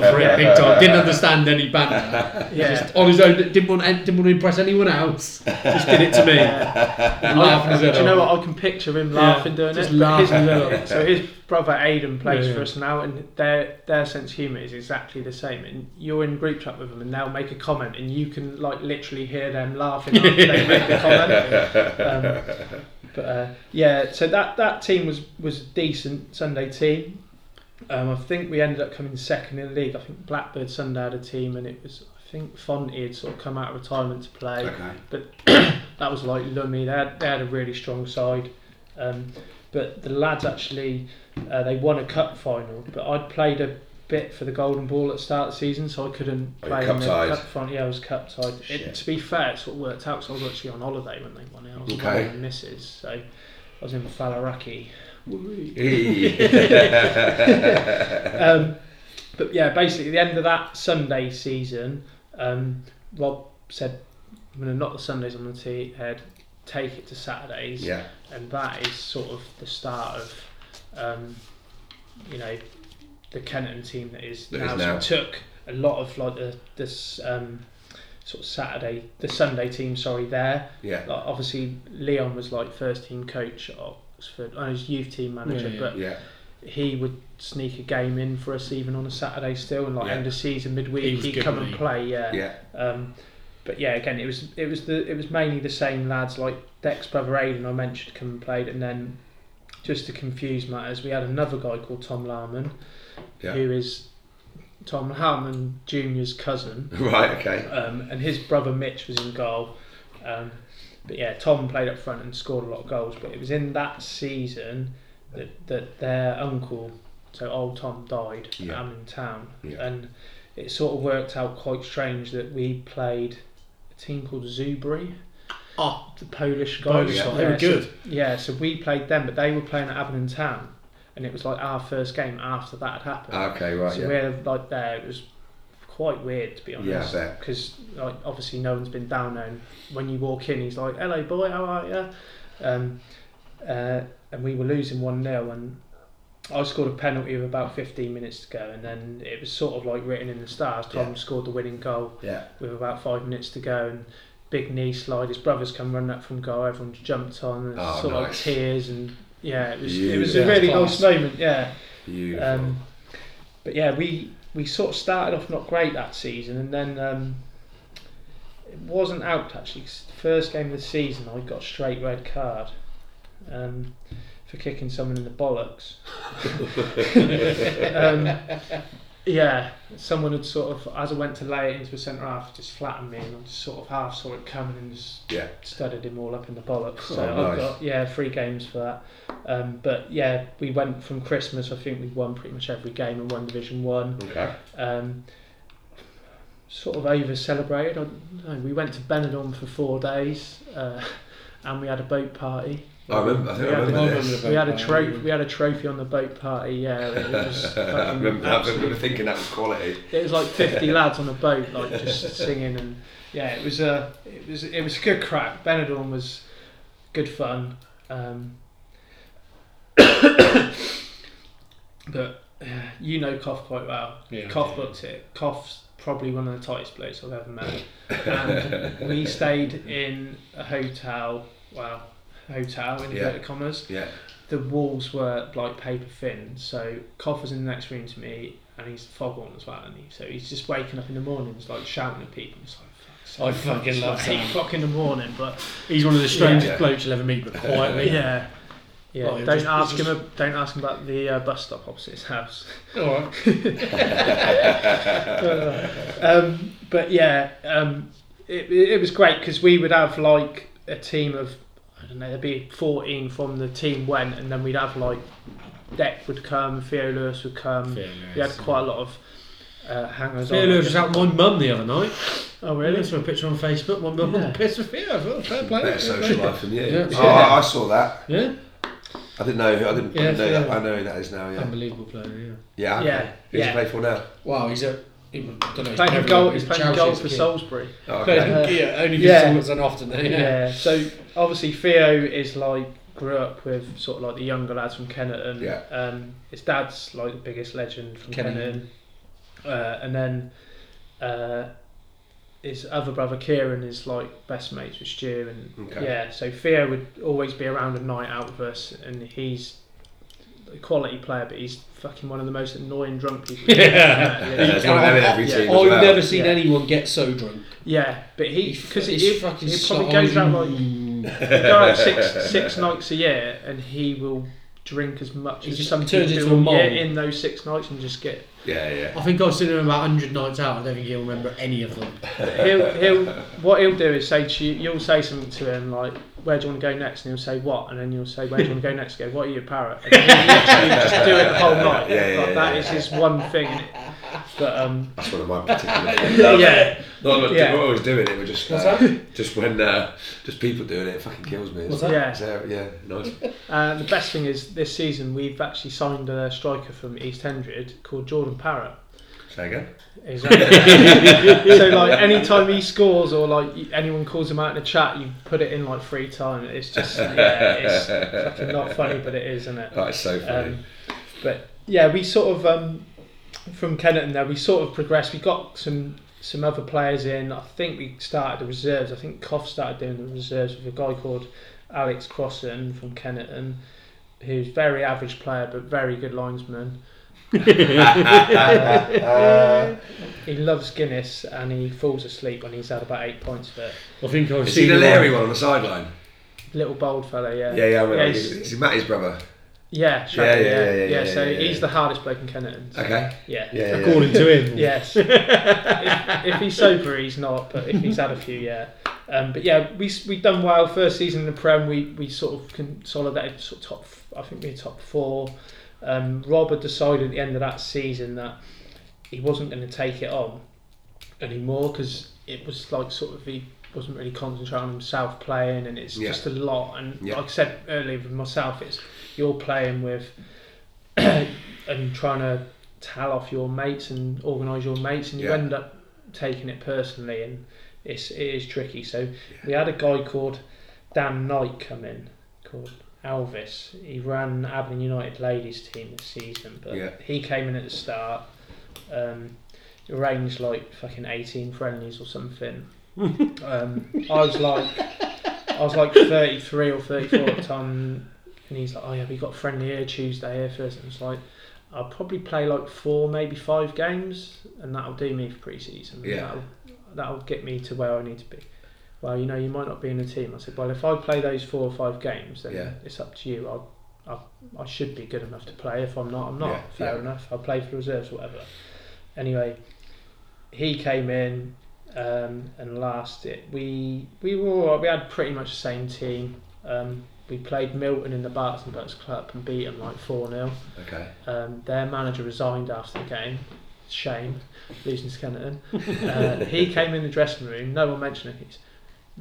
[SPEAKER 8] for it, big time. Didn't understand any banter.
[SPEAKER 6] Yeah.
[SPEAKER 8] Just on his own. Didn't want didn't want to impress anyone else. Just did it to me. And laughing his head
[SPEAKER 6] Do you know
[SPEAKER 8] off.
[SPEAKER 6] what? I can picture him
[SPEAKER 8] Yeah,
[SPEAKER 6] laughing doing
[SPEAKER 8] just
[SPEAKER 6] it. but his-
[SPEAKER 8] laughing his head off.
[SPEAKER 6] so his brother Aidan plays
[SPEAKER 8] Yeah,
[SPEAKER 6] for
[SPEAKER 8] yeah.
[SPEAKER 6] us now, and their their sense of humour is exactly the same. And you're in group chat with them, and they'll make a comment, and you can like literally hear them laughing after they make the comment. Um, but uh, yeah, so that that team was was a decent Sunday team. Um, I think we ended up coming second in the league. I think Blackbird Sunday had a team, and it was I think Fonty had sort of come out of retirement to play
[SPEAKER 5] Okay.
[SPEAKER 6] that was like Lummy. They had, they had a really strong side, um, but the lads actually uh, they won a cup final. But I'd played a bit for the Golden Ball at the start of the season, so I couldn't
[SPEAKER 5] Oh, you're
[SPEAKER 6] play
[SPEAKER 5] cup
[SPEAKER 6] in the
[SPEAKER 5] tied.
[SPEAKER 6] cup final. Yeah, I was cup tied. It,
[SPEAKER 5] Shit.
[SPEAKER 6] to be fair, it sort of worked out. So I was actually on holiday when they won it. I was
[SPEAKER 5] Okay.
[SPEAKER 6] one of the misses, so I was in Falaraki. um, but yeah, basically, the end of that Sunday season, um, Rob said, I'm going to knock the Sundays on the tee head, take it to Saturdays.
[SPEAKER 5] yeah.
[SPEAKER 6] And that is sort of the start of, um, you know, the Kenton team that is
[SPEAKER 5] That
[SPEAKER 6] now.
[SPEAKER 5] is
[SPEAKER 6] So
[SPEAKER 5] now.
[SPEAKER 6] it took a lot of like the, this um, sort of Saturday, the Sunday team, sorry, there.
[SPEAKER 5] Yeah.
[SPEAKER 6] Like, obviously, Leon was like first team coach at Oxford, and his youth team manager,
[SPEAKER 8] Yeah, yeah.
[SPEAKER 6] but
[SPEAKER 5] Yeah.
[SPEAKER 6] he would sneak a game in for us even on a Saturday still and like
[SPEAKER 5] Yeah.
[SPEAKER 6] end of season
[SPEAKER 8] He
[SPEAKER 6] midweek
[SPEAKER 8] was
[SPEAKER 6] he would
[SPEAKER 8] good,
[SPEAKER 6] come and
[SPEAKER 8] wasn't he?
[SPEAKER 6] play yeah.
[SPEAKER 5] Yeah.
[SPEAKER 6] um but yeah again it was it was the it was mainly the same lads like Dex brother Aidan I mentioned come and played and then just to confuse matters we had another guy called Tom Larman
[SPEAKER 5] Yeah.
[SPEAKER 6] who is Tom Larman Junior's cousin
[SPEAKER 5] Right. Okay.
[SPEAKER 6] um, and his brother Mitch was in goal. Um, but yeah, Tom played up front and scored a lot of goals. But it was in that season that, that their uncle, so old Tom, died
[SPEAKER 5] Yeah.
[SPEAKER 6] at Amon Town.
[SPEAKER 5] Yeah.
[SPEAKER 6] And it sort of worked out quite strange that we played a team called Zubri.
[SPEAKER 8] Oh,
[SPEAKER 6] The Polish guys.
[SPEAKER 8] Polish
[SPEAKER 5] guys,
[SPEAKER 8] they were
[SPEAKER 6] so-
[SPEAKER 8] good.
[SPEAKER 6] yeah, so we played them, but they were playing at Abingdon Town. And it was like our first game after that had happened.
[SPEAKER 5] Okay. Right.
[SPEAKER 6] So
[SPEAKER 5] Yeah.
[SPEAKER 6] we're like there. It was quite weird to be
[SPEAKER 5] Yeah. I
[SPEAKER 6] honest.
[SPEAKER 5] bet.
[SPEAKER 6] Because like obviously no one's been down there. And when you walk in, he's like, "Hello, boy. How are you?" Um, uh, and we were losing one 0 and I scored a penalty with about 15 minutes to go, and then it was sort of like written in the stars. Tom
[SPEAKER 5] Yeah.
[SPEAKER 6] scored the winning goal
[SPEAKER 5] Yeah.
[SPEAKER 6] with about five minutes to go, and big knee slide. His brothers come running up from goal. Everyone jumped on, and
[SPEAKER 5] Oh,
[SPEAKER 6] sort of like
[SPEAKER 5] nice.
[SPEAKER 6] tears, and yeah, it was it was a
[SPEAKER 5] Beautiful.
[SPEAKER 6] really nice moment. Yeah.
[SPEAKER 5] Beautiful.
[SPEAKER 6] Um, but yeah, we we sort of started off not great that season, and then um, it wasn't out actually. 'cause the first game of the season, I got a straight red card um, for kicking someone in the bollocks. um, yeah, someone had sort of as I went to lay it into a centre half, just flattened me, and I just sort of half saw it coming and just
[SPEAKER 5] yeah.
[SPEAKER 6] studded him all up in the bollocks. So
[SPEAKER 5] Oh,
[SPEAKER 6] I've
[SPEAKER 5] nice.
[SPEAKER 6] got yeah three games for that. Um, but yeah, we went from Christmas. I think we won pretty much every game and won Division One.
[SPEAKER 5] Okay.
[SPEAKER 6] Um, sort of over celebrated. I don't know. We went to Benidorm for four days, uh, and we had a boat party.
[SPEAKER 5] I remember. I
[SPEAKER 6] Yeah,
[SPEAKER 5] think I
[SPEAKER 6] I
[SPEAKER 5] remember
[SPEAKER 6] remember
[SPEAKER 5] this.
[SPEAKER 6] We had a trophy. We had a trophy on the boat party. Yeah, it was just
[SPEAKER 5] I
[SPEAKER 6] fucking
[SPEAKER 5] remember that. I
[SPEAKER 6] absolute
[SPEAKER 5] remember thinking that was quality.
[SPEAKER 6] it was like 50 lads on a boat, like just singing and yeah, it was a it was it was a good crack. Benidorm was good fun, um, but yeah, you know Koff quite well.
[SPEAKER 8] Yeah.
[SPEAKER 6] Koff booked it. Koff's probably one of the tightest blokes I've ever met, and we stayed in a hotel. Well, hotel in
[SPEAKER 5] Yeah.
[SPEAKER 6] inverted commas
[SPEAKER 5] Yeah.
[SPEAKER 6] the walls were like paper thin. So Cough was in the next room to me, and he's foghorn as well, and he so he's just waking up in the mornings like shouting at people. It's like,
[SPEAKER 8] I
[SPEAKER 6] fuck's sake,
[SPEAKER 8] fucking
[SPEAKER 6] it's
[SPEAKER 8] love
[SPEAKER 6] like eight
[SPEAKER 8] Sam.
[SPEAKER 6] o'clock in the morning, but
[SPEAKER 8] He's one of the strangest
[SPEAKER 5] Yeah.
[SPEAKER 8] blokes you'll ever meet, but quietly.
[SPEAKER 6] yeah. Yeah,
[SPEAKER 8] Oh, it
[SPEAKER 6] don't
[SPEAKER 8] just- it
[SPEAKER 6] ask
[SPEAKER 8] just-
[SPEAKER 6] him. Don't ask him about the uh, bus stop opposite his house.
[SPEAKER 8] All right.
[SPEAKER 6] um, but yeah, um, it, it it was great because we would have like a team of I don't know, there'd be fourteen from the team went, and then we'd have like Deck would come, Theo Lewis would come. We had quite a lot of uh, hangers on.
[SPEAKER 8] Theo was out with my mum the other night.
[SPEAKER 6] Oh
[SPEAKER 8] Really? I
[SPEAKER 6] really?
[SPEAKER 8] saw a picture on Facebook. My mum
[SPEAKER 6] Yeah.
[SPEAKER 8] was pissed with Theo. I thought, Fair play.
[SPEAKER 5] Better
[SPEAKER 8] fair
[SPEAKER 5] social
[SPEAKER 8] play.
[SPEAKER 5] life than you.
[SPEAKER 8] Yeah.
[SPEAKER 5] Oh, I, I saw that.
[SPEAKER 8] Yeah.
[SPEAKER 5] I didn't know. who- I didn't, I didn't
[SPEAKER 8] Yeah,
[SPEAKER 5] know that.
[SPEAKER 8] yeah.
[SPEAKER 5] I know who that is now. Yeah.
[SPEAKER 8] Unbelievable player.
[SPEAKER 5] Yeah. okay.
[SPEAKER 6] Yeah,
[SPEAKER 5] Who's he
[SPEAKER 6] yeah.
[SPEAKER 5] play for now?
[SPEAKER 8] Yeah. Wow, he's a. He, I don't know, he's
[SPEAKER 6] Playing
[SPEAKER 8] never-
[SPEAKER 6] goal,
[SPEAKER 8] he's
[SPEAKER 6] he's
[SPEAKER 8] a
[SPEAKER 6] playing goal
[SPEAKER 8] Chelsea's
[SPEAKER 6] for
[SPEAKER 8] kid.
[SPEAKER 6] Salisbury. Uh,
[SPEAKER 5] Oh, okay.
[SPEAKER 8] Playing- yeah, only
[SPEAKER 6] Yeah.
[SPEAKER 8] because someone's an often. Yeah.
[SPEAKER 6] Yeah. So obviously Theo is like grew up with sort of like the younger lads from Kennerton.
[SPEAKER 5] Yeah.
[SPEAKER 6] Um, his dad's like the biggest legend from
[SPEAKER 8] Kennerton.
[SPEAKER 6] Kennerton. Uh, and then uh, his other brother Kieran is like best mates with Stu and
[SPEAKER 5] Okay.
[SPEAKER 6] yeah. So Theo would always be around a night out with us, and he's a quality player, but he's fucking one of the most annoying drunk people. you've
[SPEAKER 8] Yeah.
[SPEAKER 6] ever met,
[SPEAKER 5] Yeah,
[SPEAKER 6] yeah.
[SPEAKER 5] there's one of them in every
[SPEAKER 6] Yeah.
[SPEAKER 2] Oh,
[SPEAKER 5] team. as
[SPEAKER 8] I've
[SPEAKER 5] well.
[SPEAKER 8] never seen
[SPEAKER 6] Yeah.
[SPEAKER 8] anyone get so drunk.
[SPEAKER 6] Yeah, but he because it,
[SPEAKER 8] he's
[SPEAKER 6] it,
[SPEAKER 8] fucking
[SPEAKER 6] it probably
[SPEAKER 8] slut-
[SPEAKER 6] goes out like
[SPEAKER 8] Mm.
[SPEAKER 6] he'll go out six six nights a year, and he will drink as much
[SPEAKER 8] He
[SPEAKER 6] as
[SPEAKER 8] just
[SPEAKER 6] some
[SPEAKER 8] turns
[SPEAKER 6] people
[SPEAKER 8] into a
[SPEAKER 6] do all year
[SPEAKER 8] mole.
[SPEAKER 6] in those six nights, and just get
[SPEAKER 5] Yeah, yeah.
[SPEAKER 8] I think I've seen him about 100 nights out. I don't think he'll remember any of them.
[SPEAKER 6] he'll he'll what he'll do is say to you, you'll say something to him like, "Where do you want to go next?" and he'll say what, and then you'll say, "Where do you want to go next?" Go, what are you, a parrot? And he'll literally just do it the whole night.
[SPEAKER 5] Yeah, yeah,
[SPEAKER 6] like,
[SPEAKER 5] yeah,
[SPEAKER 6] that
[SPEAKER 5] yeah.
[SPEAKER 6] is his one thing. But um,
[SPEAKER 5] That's one of my particular.
[SPEAKER 6] yeah,
[SPEAKER 5] Not that
[SPEAKER 6] Yeah.
[SPEAKER 5] yeah. I was doing it, but just
[SPEAKER 7] What's
[SPEAKER 5] uh, just when uh, just people doing it, it fucking kills me.
[SPEAKER 7] What's
[SPEAKER 5] It's-
[SPEAKER 6] yeah.
[SPEAKER 5] So, yeah, nice.
[SPEAKER 6] Uh, the best thing is this season we've actually signed a striker from East Hendred called Jordan Parrott.
[SPEAKER 5] Say again.
[SPEAKER 6] Exactly. so like anytime he scores or like y- anyone calls him out in the chat, you put it in like free time. It's just yeah, it's fucking not funny, but it is, isn't it?
[SPEAKER 5] That is Oh, so funny.
[SPEAKER 6] Um, but yeah, we sort of um, from Kennerton there, we sort of progressed. We got some some other players in. I think we started the reserves. I think Koff started doing the reserves with a guy called Alex Crossan from Kennerton, who's very average player but very good linesman. Uh, he loves Guinness and he falls asleep when he's had about eight points for it.
[SPEAKER 8] I think I've
[SPEAKER 5] is
[SPEAKER 8] seen
[SPEAKER 5] he the
[SPEAKER 8] him
[SPEAKER 5] Larry one on the sideline?
[SPEAKER 6] Little bold fellow, yeah.
[SPEAKER 5] Yeah, yeah, I mean,
[SPEAKER 6] Yeah,
[SPEAKER 5] is,
[SPEAKER 6] he's-
[SPEAKER 5] is he Matty's brother?
[SPEAKER 6] Yeah, Shaggy,
[SPEAKER 5] yeah, yeah, yeah, yeah,
[SPEAKER 6] so
[SPEAKER 5] yeah, yeah.
[SPEAKER 6] he's the hardest bloke in Kennerton. so-
[SPEAKER 5] Okay.
[SPEAKER 6] Yeah.
[SPEAKER 5] Yeah, yeah.
[SPEAKER 8] According to him.
[SPEAKER 6] Yes. if, if he's sober, he's not. But if he's had a few, yeah. Um, but yeah, we we done well first season in the Prem. We we sort of consolidated sort of top. I think we were top four. Um, Rob had decided at the end of that season that he wasn't going to take it on anymore because it was like sort of he wasn't really concentrating on himself playing, and it's
[SPEAKER 5] Yeah.
[SPEAKER 6] just a lot. And
[SPEAKER 5] Yeah.
[SPEAKER 6] like I said earlier with myself, it's you're playing with and trying to tell off your mates and organise your mates, and you
[SPEAKER 5] Yeah.
[SPEAKER 6] end up taking it personally, and it's it is tricky. So we had a guy called Dan Knight come in, called Alvis. He ran Aberdeen United ladies team this season, but
[SPEAKER 5] Yeah.
[SPEAKER 6] he came in at the start. Um, arranged like fucking eighteen friendlies or something. um, I was like, I was like thirty three or thirty four at the time, and he's like, "Oh yeah, we got a friendly here Tuesday here first. And it's like, I'll probably play like four, maybe five games, and that'll do me for pre-season.
[SPEAKER 5] Yeah.
[SPEAKER 6] That'll, that'll get me to where I need to be. Well, you know, you might not be in the team. I said, well, if I play those four or five games, then
[SPEAKER 5] Yeah.
[SPEAKER 6] it's up to you. I'll, I, I should be good enough to play. If I'm not, I'm not.
[SPEAKER 5] Yeah,
[SPEAKER 6] Fair
[SPEAKER 5] yeah.
[SPEAKER 6] enough. I'll play for the reserves, whatever. Anyway, he came in um, and last it. We we were all right. we had pretty much the same team. Um, we played Milton in the Barton Butts Club and beat them like four 0
[SPEAKER 5] Okay.
[SPEAKER 6] um, their manager resigned after the game. Shame, losing to Kennerton. Uh, he came in the dressing room, no one mentioned it. He's,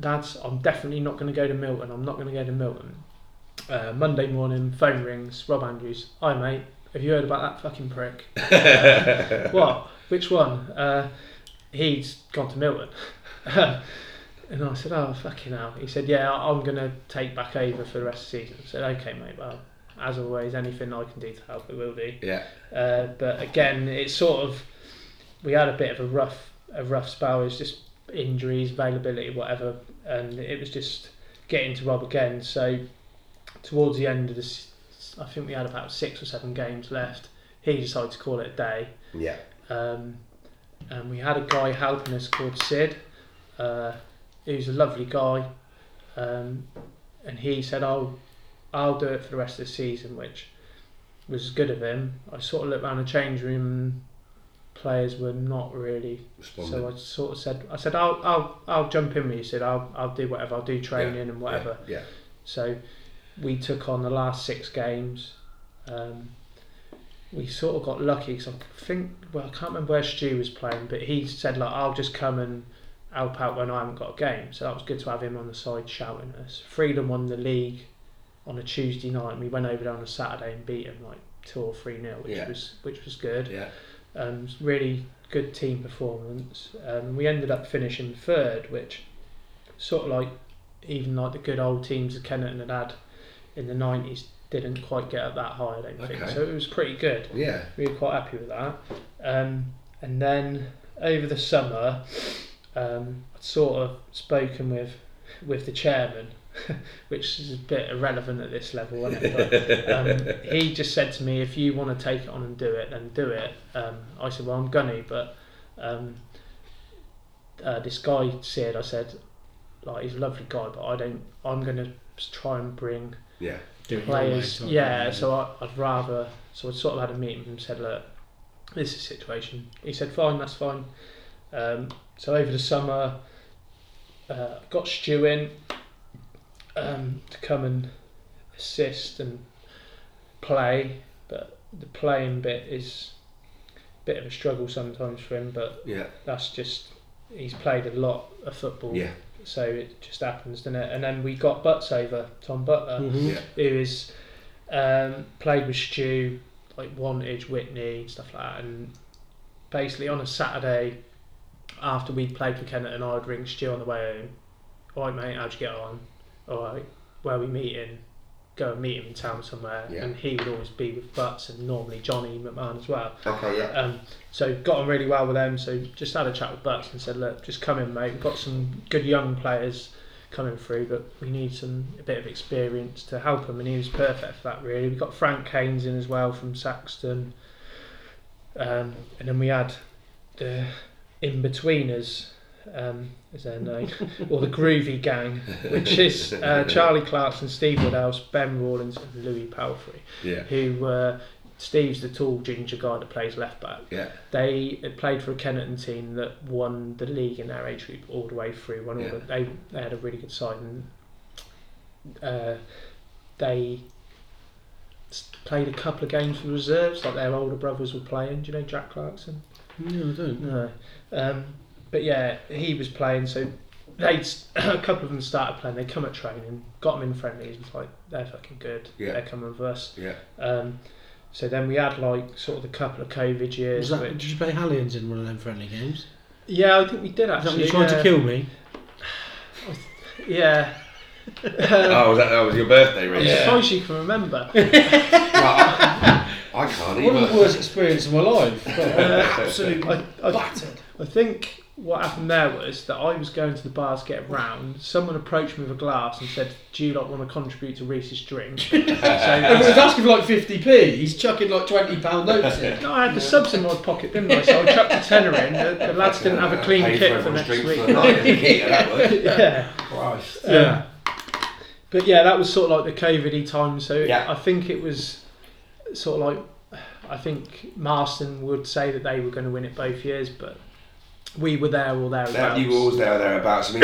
[SPEAKER 6] Lads, I'm definitely not going to go to Milton. I'm not going to go to Milton. Uh, Monday morning, phone rings, Rob Andrews. Hi, mate. Have you heard about that fucking prick? Uh, what? Which one? Uh, he's gone to Milton. and I said, oh, fucking hell. He said, yeah, I- I'm going to take back over for the rest of the season. I said, okay, mate, well, as always, anything I can do to help, I will do.
[SPEAKER 5] Yeah.
[SPEAKER 6] Uh, but again, it's sort of we had a bit of a rough a rough spell. It's just injuries, availability, whatever, and it was just getting to Rob again. So towards the end of this, I think we had about six or seven games left. He decided to call it a day.
[SPEAKER 5] Yeah.
[SPEAKER 6] Um, and we had a guy helping us called Sid, uh, who's a lovely guy. Um, and he said, I'll, I'll do it for the rest of the season, which was good of him. I sort of looked around the change room, and players were not really.
[SPEAKER 5] Responded.
[SPEAKER 6] So uh, I sort of said, I said, I'll, I'll, I'll jump in with you, Sid. I'll, I'll do whatever. I'll do training and whatever.
[SPEAKER 5] Yeah.
[SPEAKER 6] So we took on the last six games. Um, we sort of got lucky because I think, well, I can't remember where Stu was playing, but he said, like, I'll just come and help out when I haven't got a game. So that was good to have him on the side shouting at us. Freedom won the league on a Tuesday night, and we went over there on a Saturday and beat him like two or three nil, which
[SPEAKER 5] Yeah.
[SPEAKER 6] was which was good.
[SPEAKER 5] Yeah.
[SPEAKER 6] Um, it was really good team performance. Um, we ended up finishing third, which sort of like even like the good old teams that Kennerton had had in the nineties didn't quite get up that high. I don't think
[SPEAKER 5] Okay.
[SPEAKER 6] so. It was pretty good.
[SPEAKER 5] Yeah. Yeah.
[SPEAKER 6] We were quite happy with that. Um, and then over the summer, um, I'd sort of spoken with with the chairman, which is a bit irrelevant at this level, isn't it? But, um, he just said to me, if you want to take it on and do it, then do it. Um, I said, well, I'm gonna, but um, uh, this guy said, I said, like he's a lovely guy, but I don't. I'm gonna try and bring
[SPEAKER 5] Yeah.
[SPEAKER 8] Do it your way,
[SPEAKER 6] players.
[SPEAKER 8] sort of
[SPEAKER 6] yeah,
[SPEAKER 8] thing.
[SPEAKER 6] so I, I'd rather. So I'd sort of had a meeting with him and said, look, this is the situation. He said, fine, that's fine. Um, so over the summer, uh, got Stu in um, to come and assist and play, but the playing bit is a bit of a struggle sometimes for him, but
[SPEAKER 5] Yeah.
[SPEAKER 6] that's just. He's played a lot of football,
[SPEAKER 5] Yeah.
[SPEAKER 6] so it just happens, doesn't it? And then we got Butts over, Tom Butler,
[SPEAKER 8] Mm-hmm.
[SPEAKER 5] Yeah.
[SPEAKER 6] who is um, played with Stu, like Wantage, Whitney, and stuff like that. And basically on a Saturday after we'd played for Kennett and I'd ring Stu on the way home. All right, mate, how'd you get on? All right, where are we meeting? Go and meet him in town somewhere.
[SPEAKER 5] Yeah.
[SPEAKER 6] And he would always be with Butts and normally Johnny McMahon as well.
[SPEAKER 5] Okay. Yeah.
[SPEAKER 6] Um, so got on really well with them. So just had a chat with Bucks and said, look, just come in, mate. We've got some good young players coming through, but we need some a bit of experience to help them. And he was perfect for that, really. We got Frank Keynes in as well from Saxton, um, and then we had the in betweeners. Um, is their name or the Groovy Gang, which is uh, Charlie Clarkson, Steve Woodhouse, Ben Rawlins, and Louis Palfrey
[SPEAKER 5] Yeah.
[SPEAKER 6] who were Steve's the tall ginger guy that plays left back.
[SPEAKER 5] Yeah.
[SPEAKER 6] They had played for a Kennerton team that won the league in their age group all the way through. Won all
[SPEAKER 5] Yeah.
[SPEAKER 6] the, they they had a really good side and uh, they s- played a couple of games for the reserves. Like their older brothers were playing. Do you know Jack Clarkson?
[SPEAKER 8] No, I don't.
[SPEAKER 6] No. Um, but yeah, he was playing, so they a couple of them started playing. They come at training, got them in friendlies. Was like they're fucking good.
[SPEAKER 5] Yeah.
[SPEAKER 6] They're coming with us.
[SPEAKER 5] Yeah.
[SPEAKER 6] Um, so then we had like sort of the couple of COVID years,
[SPEAKER 8] Was that, did
[SPEAKER 6] which
[SPEAKER 8] you play Hallians in one of them friendly games?
[SPEAKER 6] yeah, I think we did
[SPEAKER 8] Is that
[SPEAKER 6] actually.
[SPEAKER 8] when you tried
[SPEAKER 6] yeah.
[SPEAKER 8] to kill me?
[SPEAKER 6] Yeah, Uh,
[SPEAKER 5] oh, was that, that was your birthday,
[SPEAKER 6] I'm
[SPEAKER 5] Rich?
[SPEAKER 8] Yeah.
[SPEAKER 6] surprised you can remember.
[SPEAKER 5] Right, I, I can't
[SPEAKER 8] One of the
[SPEAKER 5] either.
[SPEAKER 8] worst experiences of my life.
[SPEAKER 6] Absolutely. I, I,
[SPEAKER 7] Battered.
[SPEAKER 6] I think what happened there was that I was going to the bars to get round. Someone approached me with a glass and said, "Do you lot want to contribute to Reese's drink?" so
[SPEAKER 8] Everyone's asking for like 50p. He's chucking like 20 pound notes in.
[SPEAKER 6] No, I had the subs in my pocket, didn't I? So I chucked a tenner in. The, the lads didn't have a clean
[SPEAKER 5] Paid
[SPEAKER 6] kit for next
[SPEAKER 5] everyone's drink
[SPEAKER 6] week.
[SPEAKER 5] For the night, didn't he? Yeah, that worked.
[SPEAKER 6] yeah.
[SPEAKER 7] Christ.
[SPEAKER 6] yeah. Um, But yeah, that was sort of like the COVID time. So
[SPEAKER 5] Yeah.
[SPEAKER 6] I think it was sort of like, I think Marston would say that they were going to win it both years, but we were there or
[SPEAKER 5] Now,
[SPEAKER 6] thereabouts.
[SPEAKER 5] you were always there or thereabouts. I mean,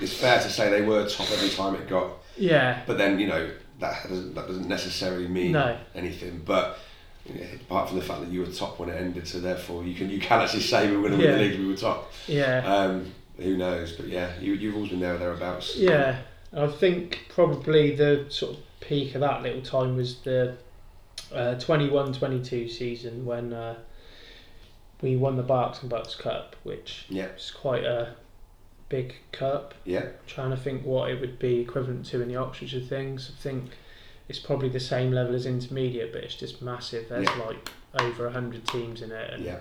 [SPEAKER 5] it's fair to say they were top every time it got.
[SPEAKER 6] Yeah.
[SPEAKER 5] But then, you know, that doesn't, that doesn't necessarily mean
[SPEAKER 6] No.
[SPEAKER 5] anything. But yeah, apart from the fact that you were top when it ended, so therefore you can you can actually say we were going to win the
[SPEAKER 6] Yeah.
[SPEAKER 5] league, we were top.
[SPEAKER 6] Yeah.
[SPEAKER 5] Um, who knows? But yeah, you, you've always been there or thereabouts.
[SPEAKER 6] Yeah, I think probably the sort of peak of that little time was the uh, 21-22 season when uh, we won the Barks and Bucks Cup, which
[SPEAKER 5] Yeah.
[SPEAKER 6] is quite a big cup.
[SPEAKER 5] Yeah.
[SPEAKER 6] trying to think what it would be equivalent to in the Oxfordshire things. I think it's probably the same level as intermediate, but it's just massive. There's like over hundred teams in it, and
[SPEAKER 5] Yeah.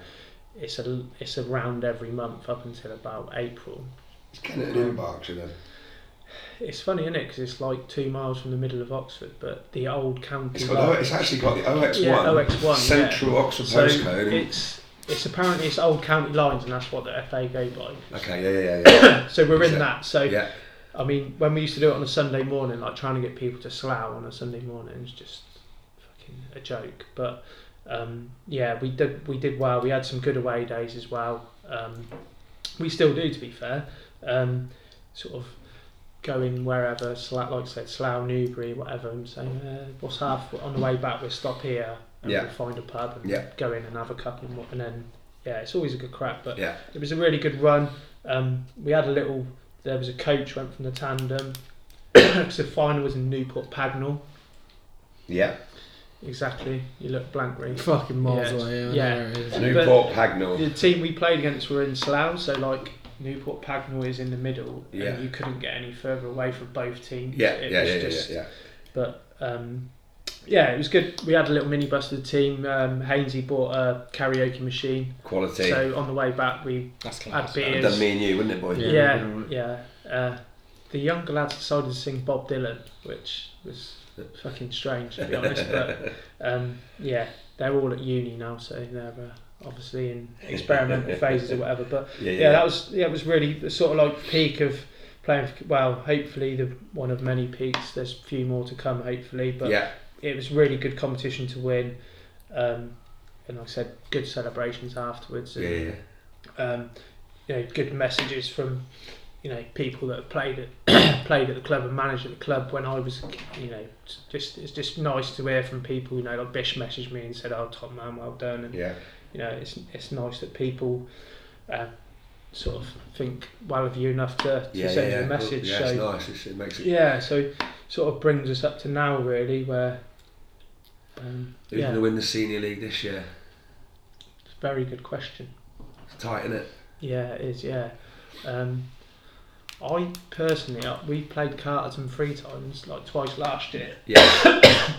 [SPEAKER 6] it's a it's around every month up until about April.
[SPEAKER 5] It's kind of an Berkshire then.
[SPEAKER 6] It's funny, isn't it? Because it's like two miles from the middle of Oxford, but the old county.
[SPEAKER 5] It's, got,
[SPEAKER 6] line-
[SPEAKER 5] O- it's actually got the OX1,
[SPEAKER 6] yeah, OX1.
[SPEAKER 5] Central Oxford
[SPEAKER 6] yeah. So
[SPEAKER 5] postcode. and-
[SPEAKER 6] it's it's apparently it's old county lines, and that's what the FA go by.
[SPEAKER 5] okay, yeah, yeah, yeah.
[SPEAKER 6] So we're
[SPEAKER 5] Is
[SPEAKER 6] in
[SPEAKER 5] it?
[SPEAKER 6] that. So
[SPEAKER 5] yeah.
[SPEAKER 6] I mean, when we used to do it on a Sunday morning, like trying to get people to slough on a Sunday morning is just fucking a joke. But um, yeah, we did we did well. We had some good away days as well. Um, we still do, to be fair. Um, sort of going wherever, Slough, like I said, Slough, Newbury, whatever, and saying, uh, "What's half on the way back? We'll stop here and
[SPEAKER 5] Yeah.
[SPEAKER 6] we'll find a pub and
[SPEAKER 5] Yeah.
[SPEAKER 6] go in and have a cup and, what- and then yeah, it's always a good crack. But
[SPEAKER 5] Yeah.
[SPEAKER 6] it was a really good run. Um, we had a little. There was a coach went from the tandem. 'Cause the final was in Newport Pagnell.
[SPEAKER 5] Yeah.
[SPEAKER 6] Exactly. You look blank, really.
[SPEAKER 8] Fucking miles
[SPEAKER 6] Yeah.
[SPEAKER 8] away. Yeah.
[SPEAKER 6] Yeah.
[SPEAKER 8] there it is.
[SPEAKER 5] Newport Pagnell.
[SPEAKER 6] The team we played against were in Slough, so like Newport Pagnell is in the middle,
[SPEAKER 5] Yeah.
[SPEAKER 6] and you couldn't get any further away from both teams.
[SPEAKER 5] Yeah,
[SPEAKER 6] It
[SPEAKER 5] yeah,
[SPEAKER 6] was
[SPEAKER 5] yeah, yeah, yeah,
[SPEAKER 6] just-
[SPEAKER 5] yeah.
[SPEAKER 6] But um, yeah, it was good. We had a little minibus to the team. Um, Hainsey bought a karaoke machine,
[SPEAKER 5] Quality.
[SPEAKER 6] so on the way back we
[SPEAKER 8] That's
[SPEAKER 6] had
[SPEAKER 8] class.
[SPEAKER 5] That'd
[SPEAKER 6] beers.
[SPEAKER 5] done me and you, wouldn't it, boy?
[SPEAKER 8] Yeah.
[SPEAKER 6] yeah, yeah. Uh, the younger lads decided to sing Bob Dylan, which was fucking strange to be honest. But um, yeah, they're all at uni now, so they're uh, obviously in experimental phases or whatever. But
[SPEAKER 5] Yeah,
[SPEAKER 6] yeah, that was yeah, it was really the sort of like peak of playing. For, well, hopefully the one of many peaks. There's a few more to come, hopefully. But
[SPEAKER 5] yeah,
[SPEAKER 6] it was really good competition to win. Um, and like I said, good celebrations afterwards.
[SPEAKER 5] yeah,
[SPEAKER 6] And,
[SPEAKER 5] yeah,
[SPEAKER 6] um, you know, good messages from you know people that have played at played at the club and managed at the club when I was you know it's just it's just nice to hear from people you know like Bish messaged me and said oh top man well done and
[SPEAKER 5] yeah.
[SPEAKER 6] you know it's it's nice that people um, sort of think well of you enough to, to
[SPEAKER 5] yeah,
[SPEAKER 6] send
[SPEAKER 5] yeah,
[SPEAKER 6] you a
[SPEAKER 5] yeah.
[SPEAKER 6] message
[SPEAKER 5] Yeah,
[SPEAKER 6] so
[SPEAKER 5] it's nice. It's, it makes it.
[SPEAKER 6] yeah so sort of brings us up to now really where um,
[SPEAKER 5] Who's going
[SPEAKER 6] yeah
[SPEAKER 5] to win the senior league this year?
[SPEAKER 6] it's a very good question
[SPEAKER 5] It's tight, isn't it?
[SPEAKER 6] Yeah, it is. Yeah, um, I personally uh, we played Carterton three times, like twice last year,
[SPEAKER 5] Yeah,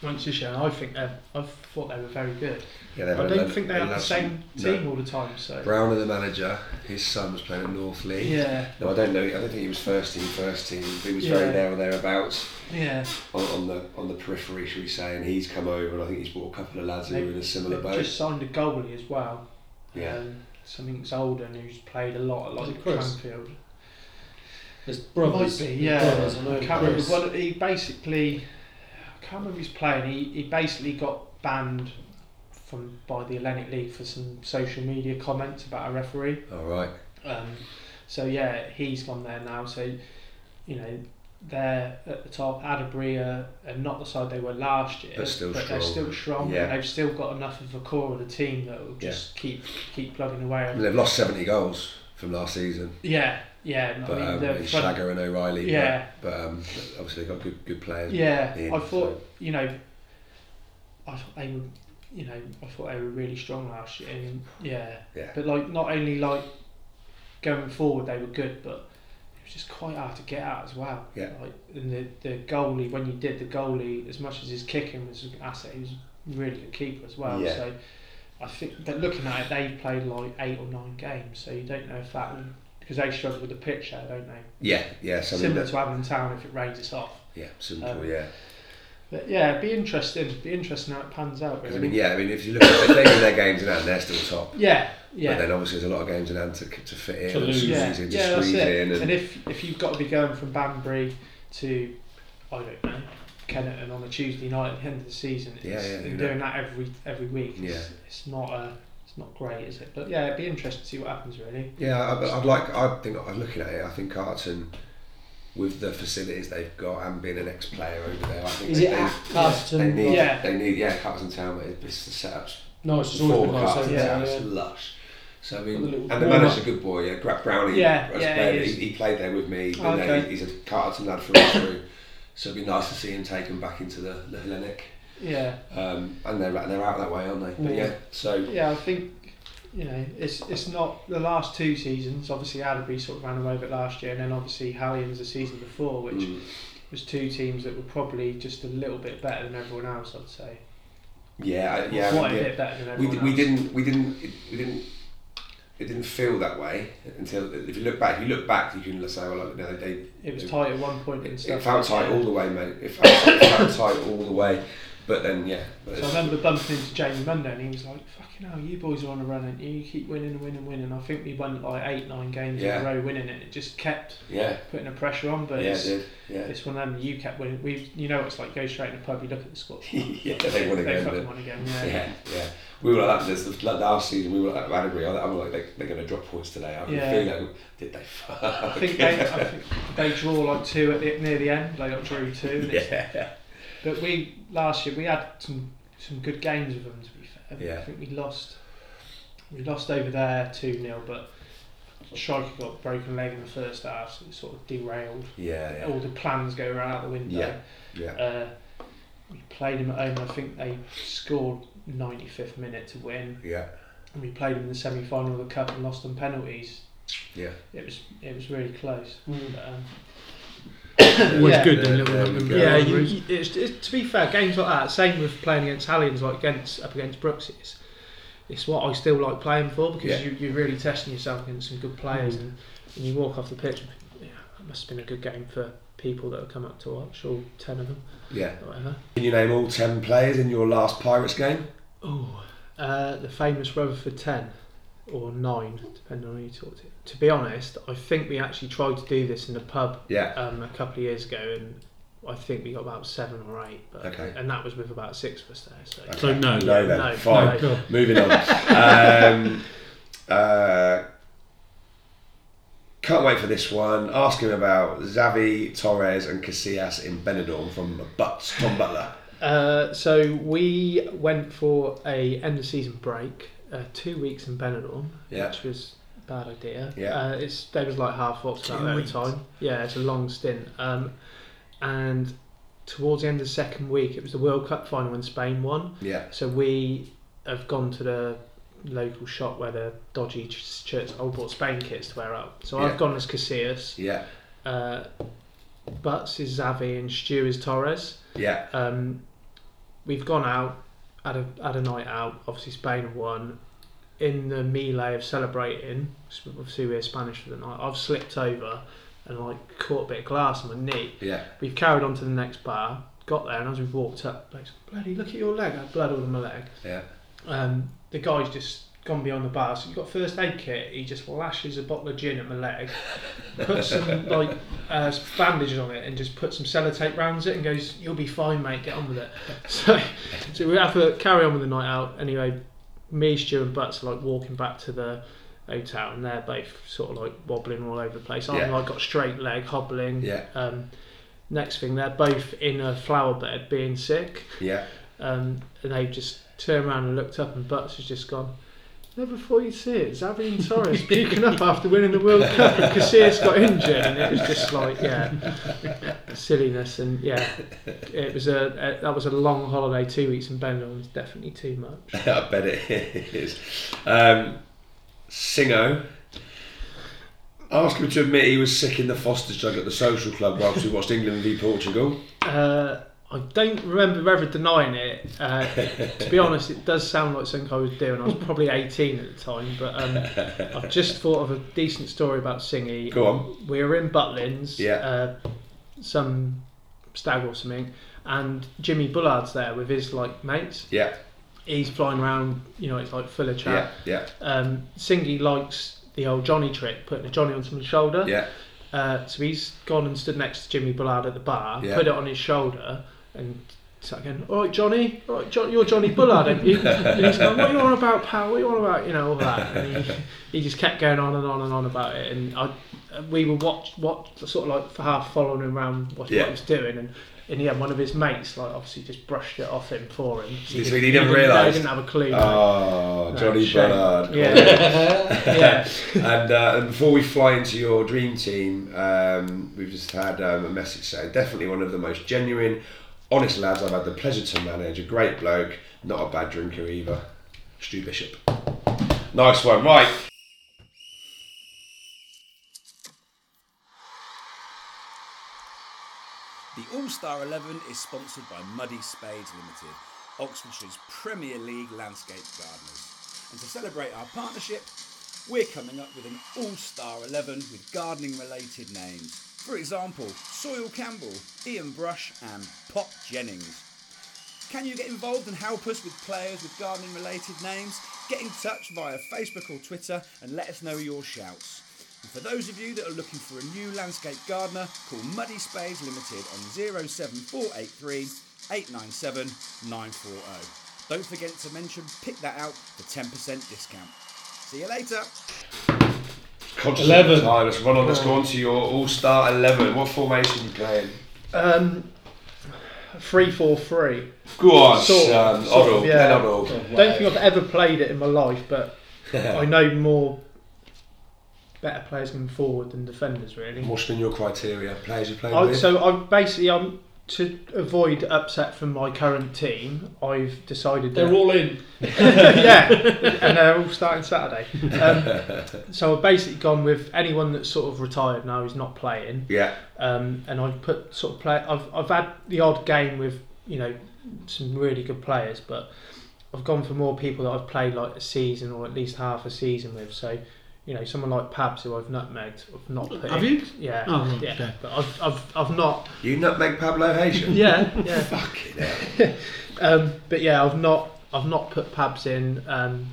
[SPEAKER 6] once this year. And I think they I thought they were very good.
[SPEAKER 5] yeah. they've
[SPEAKER 6] I
[SPEAKER 5] had
[SPEAKER 6] don't
[SPEAKER 5] a-
[SPEAKER 6] think they
[SPEAKER 5] they've
[SPEAKER 6] have the
[SPEAKER 5] had
[SPEAKER 6] same
[SPEAKER 5] some- no.
[SPEAKER 6] team all the time. So
[SPEAKER 5] Brown are the manager. His son was playing at North League.
[SPEAKER 6] yeah,
[SPEAKER 5] No, I don't know. I don't think he was first team. First team. He was
[SPEAKER 6] Yeah.
[SPEAKER 5] very there or thereabouts
[SPEAKER 6] yeah.
[SPEAKER 5] on, on the on the periphery, shall we say? And he's come over, and I think he's brought a couple of lads who
[SPEAKER 6] They-
[SPEAKER 5] were in a similar
[SPEAKER 6] They've
[SPEAKER 5] boat.
[SPEAKER 6] just signed a goalie as well.
[SPEAKER 5] Yeah.
[SPEAKER 6] Um, something's older and who's played a lot,
[SPEAKER 8] Is
[SPEAKER 6] like
[SPEAKER 8] it Chris?
[SPEAKER 6] Cranfield.
[SPEAKER 8] There's brothers.
[SPEAKER 6] Might be, yeah.
[SPEAKER 8] Brothers, I know.
[SPEAKER 6] I can't remember.
[SPEAKER 8] Brothers.
[SPEAKER 6] Well, he basically, I can't remember his playing. He, he basically got banned from by the Atlantic League for some social media comments about a referee.
[SPEAKER 5] All right.
[SPEAKER 6] Um, so yeah, he's gone there now. So, you know, they're at the top. Adderbury are, are not the side they were last year,
[SPEAKER 5] They're still
[SPEAKER 6] but they're
[SPEAKER 5] strong.
[SPEAKER 6] still strong.
[SPEAKER 5] Yeah.
[SPEAKER 6] And they've still got enough of a core of the team that will just keep keep plugging away.
[SPEAKER 5] I mean, they've lost seventy goals from last season,
[SPEAKER 6] Yeah, yeah.
[SPEAKER 5] but
[SPEAKER 6] I mean,
[SPEAKER 5] um,
[SPEAKER 6] the
[SPEAKER 5] it's
[SPEAKER 6] front-
[SPEAKER 5] Shagger and O'Reilly. but-
[SPEAKER 6] Yeah.
[SPEAKER 5] But, um, obviously they've got good good players.
[SPEAKER 6] Yeah,
[SPEAKER 5] in,
[SPEAKER 6] I
[SPEAKER 5] so-
[SPEAKER 6] thought you know, I thought they were, you know, I thought they were really strong last year. And yeah,
[SPEAKER 5] Yeah.
[SPEAKER 6] but like not only like going forward they were good, but was just quite hard to get at as well.
[SPEAKER 5] Yeah.
[SPEAKER 6] Like, and the, the goalie, when you did the goalie, as much as his kicking was an asset, he was really good keeper as well.
[SPEAKER 5] Yeah.
[SPEAKER 6] So I think that looking at it, they played like eight or nine games, so you don't know if that will, because they struggle with the pitch there, don't they?
[SPEAKER 5] Yeah, yeah, something
[SPEAKER 6] Similar
[SPEAKER 5] that,
[SPEAKER 6] to Avon Town if it rains it's off.
[SPEAKER 5] yeah, simple,
[SPEAKER 6] Um,
[SPEAKER 5] yeah.
[SPEAKER 6] But yeah, it'd be interesting. It'd be interesting how it pans out.
[SPEAKER 5] 'Cause
[SPEAKER 6] Really.
[SPEAKER 5] I mean, yeah, I mean, if you look at if they win their games in hand, they're still top.
[SPEAKER 6] yeah,
[SPEAKER 5] But
[SPEAKER 6] yeah.
[SPEAKER 5] then obviously there's a lot of games in hand to, to fit in,
[SPEAKER 8] To
[SPEAKER 5] and
[SPEAKER 8] lose.
[SPEAKER 5] squeeze
[SPEAKER 6] yeah,
[SPEAKER 5] in, to
[SPEAKER 6] yeah, that's
[SPEAKER 5] squeeze
[SPEAKER 6] it.
[SPEAKER 5] in, and,
[SPEAKER 6] And if if you've got to be going from Banbury to I don't know Kennington on a Tuesday night at the end of the season, it's,
[SPEAKER 5] Yeah, yeah,
[SPEAKER 6] and
[SPEAKER 5] yeah.
[SPEAKER 6] doing that every every week, it's,
[SPEAKER 5] Yeah.
[SPEAKER 6] it's not a it's not great, is it? But yeah, it'd be interesting to see what happens. Really,
[SPEAKER 5] Yeah, I, I'd like. I think I'm looking at it. I think Carton, with the facilities they've got and being an ex-player over there, I think
[SPEAKER 7] Is
[SPEAKER 5] they,
[SPEAKER 7] it
[SPEAKER 5] they,
[SPEAKER 7] at Carlton?
[SPEAKER 5] they need.
[SPEAKER 6] Yeah.
[SPEAKER 5] They need. Yeah, Carlton Town. but It's the setups
[SPEAKER 8] No, it's just always
[SPEAKER 5] for
[SPEAKER 8] been like
[SPEAKER 5] Carlton
[SPEAKER 8] so.
[SPEAKER 5] Town.
[SPEAKER 8] Yeah,
[SPEAKER 5] It's
[SPEAKER 8] yeah.
[SPEAKER 5] lush. So I mean,
[SPEAKER 8] With a little
[SPEAKER 5] and the
[SPEAKER 8] warm-up.
[SPEAKER 5] manager's a good boy. Yeah, Greg Brownie.
[SPEAKER 6] Yeah,
[SPEAKER 5] was a
[SPEAKER 6] yeah,
[SPEAKER 5] player,
[SPEAKER 6] he
[SPEAKER 5] he,
[SPEAKER 6] is.
[SPEAKER 5] he played there with me.
[SPEAKER 6] Oh,
[SPEAKER 5] and then
[SPEAKER 6] okay.
[SPEAKER 5] he, he's a Carlton lad through and through. So it'd be nice to see him taken back into the, the Hellenic.
[SPEAKER 6] yeah,
[SPEAKER 5] Um, and they're they're out that way, aren't they? But
[SPEAKER 6] Yeah.
[SPEAKER 5] yeah, so
[SPEAKER 6] yeah. I think you know it's it's not the last two seasons. Obviously, Adderby sort of ran away with it last year, and then obviously Hallions the season before, which
[SPEAKER 5] mm,
[SPEAKER 6] was two teams that were probably just a little bit better than everyone else. I'd say
[SPEAKER 5] yeah, I- yeah.
[SPEAKER 6] quite
[SPEAKER 5] yeah.
[SPEAKER 6] a bit better than
[SPEAKER 5] we,
[SPEAKER 6] everyone
[SPEAKER 5] di-
[SPEAKER 6] else.
[SPEAKER 5] we didn't we didn't it, we didn't it didn't feel that way until if you look back if you look back you can say well like, no, they,
[SPEAKER 6] It was tight at one point and
[SPEAKER 5] it,
[SPEAKER 6] stuff.
[SPEAKER 5] it felt
[SPEAKER 6] like
[SPEAKER 5] tight
[SPEAKER 6] that.
[SPEAKER 5] all the way mate it felt, it felt tight all the way but then yeah but
[SPEAKER 6] So I
[SPEAKER 5] it's-
[SPEAKER 6] remember bumping into Jamie Monday and he was like, fucking hell, you boys are on a run and you keep winning and winning and winning. I think we won like eight, nine games
[SPEAKER 5] Yeah.
[SPEAKER 6] in a row winning it. It just kept
[SPEAKER 5] yeah
[SPEAKER 6] putting the pressure on, but
[SPEAKER 5] yeah it
[SPEAKER 6] it's,
[SPEAKER 5] did yeah
[SPEAKER 6] it's one of them you kept winning. We, You know, what it's like you go straight in the pub, you look at the score.
[SPEAKER 5] yeah they won again
[SPEAKER 6] fucking
[SPEAKER 5] but,
[SPEAKER 6] won again,
[SPEAKER 5] yeah.
[SPEAKER 6] yeah.
[SPEAKER 5] yeah we were like that this like last season we were like that Adderbury I- I'm like they, they're going to drop points today I can
[SPEAKER 6] Yeah.
[SPEAKER 5] feel that did they fuck
[SPEAKER 6] I think they, I think they draw like two at the, near the end. They got drew two. And it's-
[SPEAKER 5] yeah
[SPEAKER 6] But we last year we had some some good games with them. To be fair, I
[SPEAKER 5] Yeah.
[SPEAKER 6] think we lost we lost over there two 0 but Striker got a broken leg in the first half, so it sort of derailed.
[SPEAKER 5] yeah
[SPEAKER 6] All the plans go right out the window.
[SPEAKER 5] yeah
[SPEAKER 6] Uh, we played them at home. I think they scored ninety fifth minute to win,
[SPEAKER 5] yeah
[SPEAKER 6] and we played them in the semi final of the cup and lost on penalties.
[SPEAKER 5] yeah
[SPEAKER 6] It was it was really close. But, um,
[SPEAKER 8] Always
[SPEAKER 6] Yeah.
[SPEAKER 8] good them
[SPEAKER 5] There-
[SPEAKER 8] little
[SPEAKER 5] there we
[SPEAKER 8] numbers.
[SPEAKER 5] go.
[SPEAKER 6] Yeah,
[SPEAKER 8] Yeah,
[SPEAKER 6] you, you, it's, it's, to be fair, games like that, same with playing against Hallions, like against up against Brooks, it's, it's what I still like playing for because
[SPEAKER 5] Yeah.
[SPEAKER 6] you, you're really testing yourself against some good players and, and you walk off the pitch. Yeah, that must have been a good game for people that have come up to watch, all 10 of them,
[SPEAKER 5] yeah
[SPEAKER 6] or whatever.
[SPEAKER 5] Can you name all 10 players in your last Pirates game?
[SPEAKER 6] Oh, uh, the famous Rutherford 10 or 9, depending on who you talk to. To be honest, I think we actually tried to do this in the pub
[SPEAKER 5] Yeah.
[SPEAKER 6] um, a couple of years ago, and I think we got about seven or eight. But,
[SPEAKER 5] Okay.
[SPEAKER 6] And that was with about six of us there. So.
[SPEAKER 5] Okay.
[SPEAKER 8] So no.
[SPEAKER 5] No, then.
[SPEAKER 6] No,
[SPEAKER 5] Fine.
[SPEAKER 6] no.
[SPEAKER 8] Oh, God.
[SPEAKER 5] Moving on. um, uh, can't wait for this one. Ask him about Xavi, Torres, and Casillas in Benidorm from Butts, Tom Butler.
[SPEAKER 6] Uh, so we went for a end of season break, uh, two weeks in Benidorm,
[SPEAKER 5] Yeah.
[SPEAKER 6] which was a bad idea.
[SPEAKER 5] Yeah.
[SPEAKER 6] Uh, it's they was like half Oxford
[SPEAKER 8] Two
[SPEAKER 6] at the
[SPEAKER 8] weeks.
[SPEAKER 6] time. Yeah, it's a long stint. Um, and towards the end of the second week, it was the World Cup final when Spain won.
[SPEAKER 5] Yeah.
[SPEAKER 6] So we have gone to the local shop where the dodgy ch- shirts all bought Spain kits to wear up. So
[SPEAKER 5] Yeah.
[SPEAKER 6] I've gone as Casillas,
[SPEAKER 5] Yeah.
[SPEAKER 6] uh, Butts is Xavi, and Stu is Torres.
[SPEAKER 5] Yeah.
[SPEAKER 6] Um, we've gone out, had a, had a night out, obviously Spain have won. In the melee of celebrating, 'cause obviously we're Spanish for the night, I've slipped over and like caught a bit of glass on my knee.
[SPEAKER 5] Yeah.
[SPEAKER 6] We've carried on to the next bar, got there, and as we've walked up, like, bloody look at your leg, I had blood all on my leg
[SPEAKER 5] Yeah.
[SPEAKER 6] um, the guy's just gone beyond the bar. So you've got first aid kit. He just lashes a bottle of gin at my leg, puts some like uh, bandages on it, and just puts some sellotape round it, and goes, "You'll be fine, mate. Get on with it." So, so we have to carry on with the night out. Anyway, me, Stu, and Butts are like walking back to the hotel, and they're both sort of like wobbling all over the place.
[SPEAKER 5] Yeah.
[SPEAKER 6] I've like, got straight leg hobbling.
[SPEAKER 5] Yeah.
[SPEAKER 6] Um, next thing, they're both in a flower bed, being sick.
[SPEAKER 5] Yeah.
[SPEAKER 6] Um, and they just turned around and looked up, and Butts has just gone. Never thought you'd see it. Xavi and Torres puking up after winning the World Cup, and Casillas got injured, and it was just like, yeah, silliness, and yeah, it was a, a that was a long holiday, two weeks in Benidorm was definitely too much.
[SPEAKER 5] I bet it is. Um, Singo. Ask him to admit he was sick in the Foster's jug at the social club whilst we watched England v Portugal.
[SPEAKER 6] Uh, I don't remember ever denying it. Uh, to be honest, it does sound like something I was doing. I was probably 18 at the time, but um, I've just thought of a decent story about Singy.
[SPEAKER 5] Go on.
[SPEAKER 6] We were in Butlins,
[SPEAKER 5] Yeah.
[SPEAKER 6] uh, some stag or something, and Jimmy Bullard's there with his like mates.
[SPEAKER 5] Yeah,
[SPEAKER 6] He's flying around, you know, it's like full of
[SPEAKER 5] yeah,
[SPEAKER 6] chat.
[SPEAKER 5] yeah,
[SPEAKER 6] Um, Singy likes the old Johnny trick, putting a Johnny on someone's shoulder.
[SPEAKER 5] yeah.
[SPEAKER 6] Uh, so he's gone and stood next to Jimmy Bullard at the bar,
[SPEAKER 5] Yeah.
[SPEAKER 6] put it on his shoulder, and started going, "All right, Johnny, all right, John, you're Johnny Bullard, aren't you?" and he's going, "What are you on about, pal? What are you on about?" You know all that. And he, he just kept going on and on and on about it, and I, we were watch, watch, sort of like for half following him around what,
[SPEAKER 5] Yeah.
[SPEAKER 6] what he was doing, and. And he had one of his mates, like obviously, just brushed it off him for him. So
[SPEAKER 5] He
[SPEAKER 6] didn't-
[SPEAKER 5] didn't
[SPEAKER 6] didn't-
[SPEAKER 5] realise.
[SPEAKER 6] He didn't have a clue.
[SPEAKER 5] Oh,
[SPEAKER 6] No,
[SPEAKER 5] Johnny
[SPEAKER 6] Ah, shame.
[SPEAKER 5] Bullard.
[SPEAKER 6] Yeah, yeah.
[SPEAKER 5] and, uh, and before we fly into your dream team, um, we've just had um, a message saying definitely one of the most genuine, honest lads I've had the pleasure to manage. A great bloke, not a bad drinker either. Stu Bishop. Nice one, right?
[SPEAKER 9] The All Star 11 is sponsored by Muddy Spades Limited, Oxfordshire's Premier League landscape gardeners. And to celebrate our partnership, we're coming up with an All Star 11 with gardening related names. For example, Soil Campbell, Ian Brush, and Pop Jennings. Can you get involved and help us with players with gardening related names? Get in touch via Facebook or Twitter and let us know your shouts. And for those of you that are looking for a new landscape gardener, call Muddy Spades Limited on 07483 897 940. Don't forget to mention Pick That Out for 10% discount. See you later.
[SPEAKER 5] Conscious
[SPEAKER 7] 11.
[SPEAKER 5] Of the time. Let's run on. Let's go on to your All Star eleven. What formation are you playing?
[SPEAKER 6] Um, three four three.
[SPEAKER 5] Go on, Um,
[SPEAKER 6] Sort
[SPEAKER 5] son.
[SPEAKER 6] of, sort of,
[SPEAKER 5] Oddle.
[SPEAKER 6] yeah.
[SPEAKER 5] Glenn Oddle.
[SPEAKER 6] Don't think I've ever played it in my life, but I know more better players coming forward than defenders really.
[SPEAKER 5] What's been your criteria? Players you played
[SPEAKER 6] I,
[SPEAKER 5] with?
[SPEAKER 6] so I basically I'm to avoid upset from my current team. I've decided
[SPEAKER 7] They're
[SPEAKER 6] that,
[SPEAKER 7] all in.
[SPEAKER 6] yeah, and they're all starting Saturday. Um, so I've basically gone with anyone that's sort of retired now who's not playing.
[SPEAKER 5] yeah,
[SPEAKER 6] um, and I've put sort of play. I've I've had the odd game with you know some really good players, but I've gone for more people that I've played like a season or at least half a season with. So you know someone like Pabs who I've nutmegged. I've not put.
[SPEAKER 2] Have
[SPEAKER 6] in.
[SPEAKER 2] you?
[SPEAKER 6] Yeah.
[SPEAKER 2] Oh, right,
[SPEAKER 6] yeah.
[SPEAKER 2] okay.
[SPEAKER 6] But I've I've I've not.
[SPEAKER 5] you nutmeg Pablo Haitian.
[SPEAKER 6] Yeah. Yeah.
[SPEAKER 5] Fucking hell.
[SPEAKER 6] um, but yeah, I've not I've not put Pabs in. Um,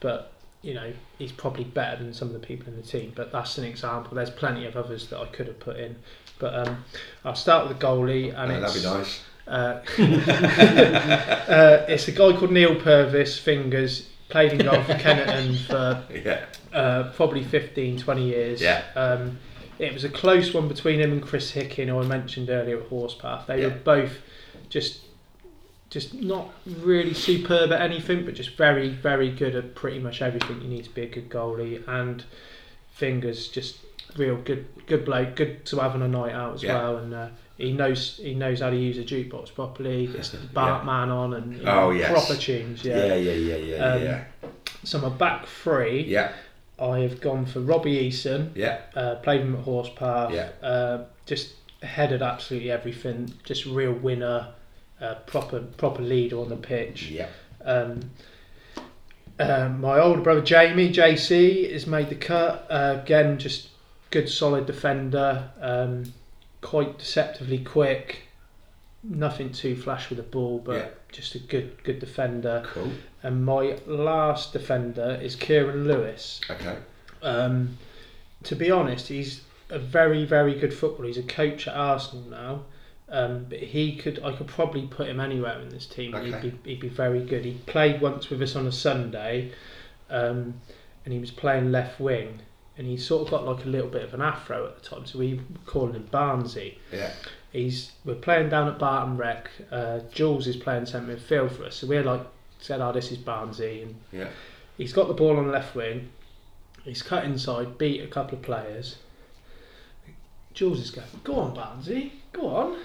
[SPEAKER 6] but you know he's probably better than some of the people in the team. But that's an example. There's plenty of others that I could have put in. But um, I'll start with the goalie, and
[SPEAKER 5] Uh,
[SPEAKER 6] it's,
[SPEAKER 5] that'd be nice.
[SPEAKER 6] Uh, uh, it's a guy called Neil Purvis Fingers, played in goal for Kennerton for
[SPEAKER 5] Yeah,
[SPEAKER 6] uh, probably 15, 20 years.
[SPEAKER 5] Yeah.
[SPEAKER 6] Um, it was a close one between him and Chris Hickin, who I mentioned earlier at Horsepath. They
[SPEAKER 5] Yeah.
[SPEAKER 6] were both just just not really superb at anything, but just very, very good at pretty much everything you need to be a good goalie. And Fingers just real good, good bloke, good to have on a night out as
[SPEAKER 5] Yeah.
[SPEAKER 6] well. And uh, he knows he knows how to use a jukebox properly. Gets the Bartman on and you know,
[SPEAKER 5] Oh, yes.
[SPEAKER 6] proper tunes. Yeah.
[SPEAKER 5] yeah, yeah, yeah, yeah,
[SPEAKER 6] Um,
[SPEAKER 5] yeah,
[SPEAKER 6] So my back three.
[SPEAKER 5] yeah,
[SPEAKER 6] I have gone for Robbie Eason.
[SPEAKER 5] yeah.
[SPEAKER 6] Uh, played him at Horsepath.
[SPEAKER 5] Yeah.
[SPEAKER 6] Uh, just headed absolutely everything. Just real winner. Uh, proper proper leader on the pitch.
[SPEAKER 5] Yeah.
[SPEAKER 6] Um, uh, my older brother Jamie JC has made the cut uh, again. Just good solid defender. Um, quite deceptively quick. Nothing too flash with the ball, but
[SPEAKER 5] Yeah.
[SPEAKER 6] just a good good defender.
[SPEAKER 5] Cool.
[SPEAKER 6] And my last defender is Kieran Lewis.
[SPEAKER 5] Okay.
[SPEAKER 6] Um, to be honest, he's a very, very good footballer. He's a coach at Arsenal now. Um, but he could, I could probably put him anywhere in this team.
[SPEAKER 5] Okay.
[SPEAKER 6] He'd, be, he'd be very good. He played once with us on a Sunday, um, and he was playing left wing, and he sort of got like a little bit of an afro at the time, so we were calling him Barnsey.
[SPEAKER 5] Yeah.
[SPEAKER 6] He's we're playing down at Barton Rec. Uh, Jules is playing centre midfield for us, so we're like said, "Oh, this is Barnsey," and
[SPEAKER 5] Yeah.
[SPEAKER 6] He's got the ball on the left wing. He's cut inside, beat a couple of players. Jules is going, go on, Barnsley, go on.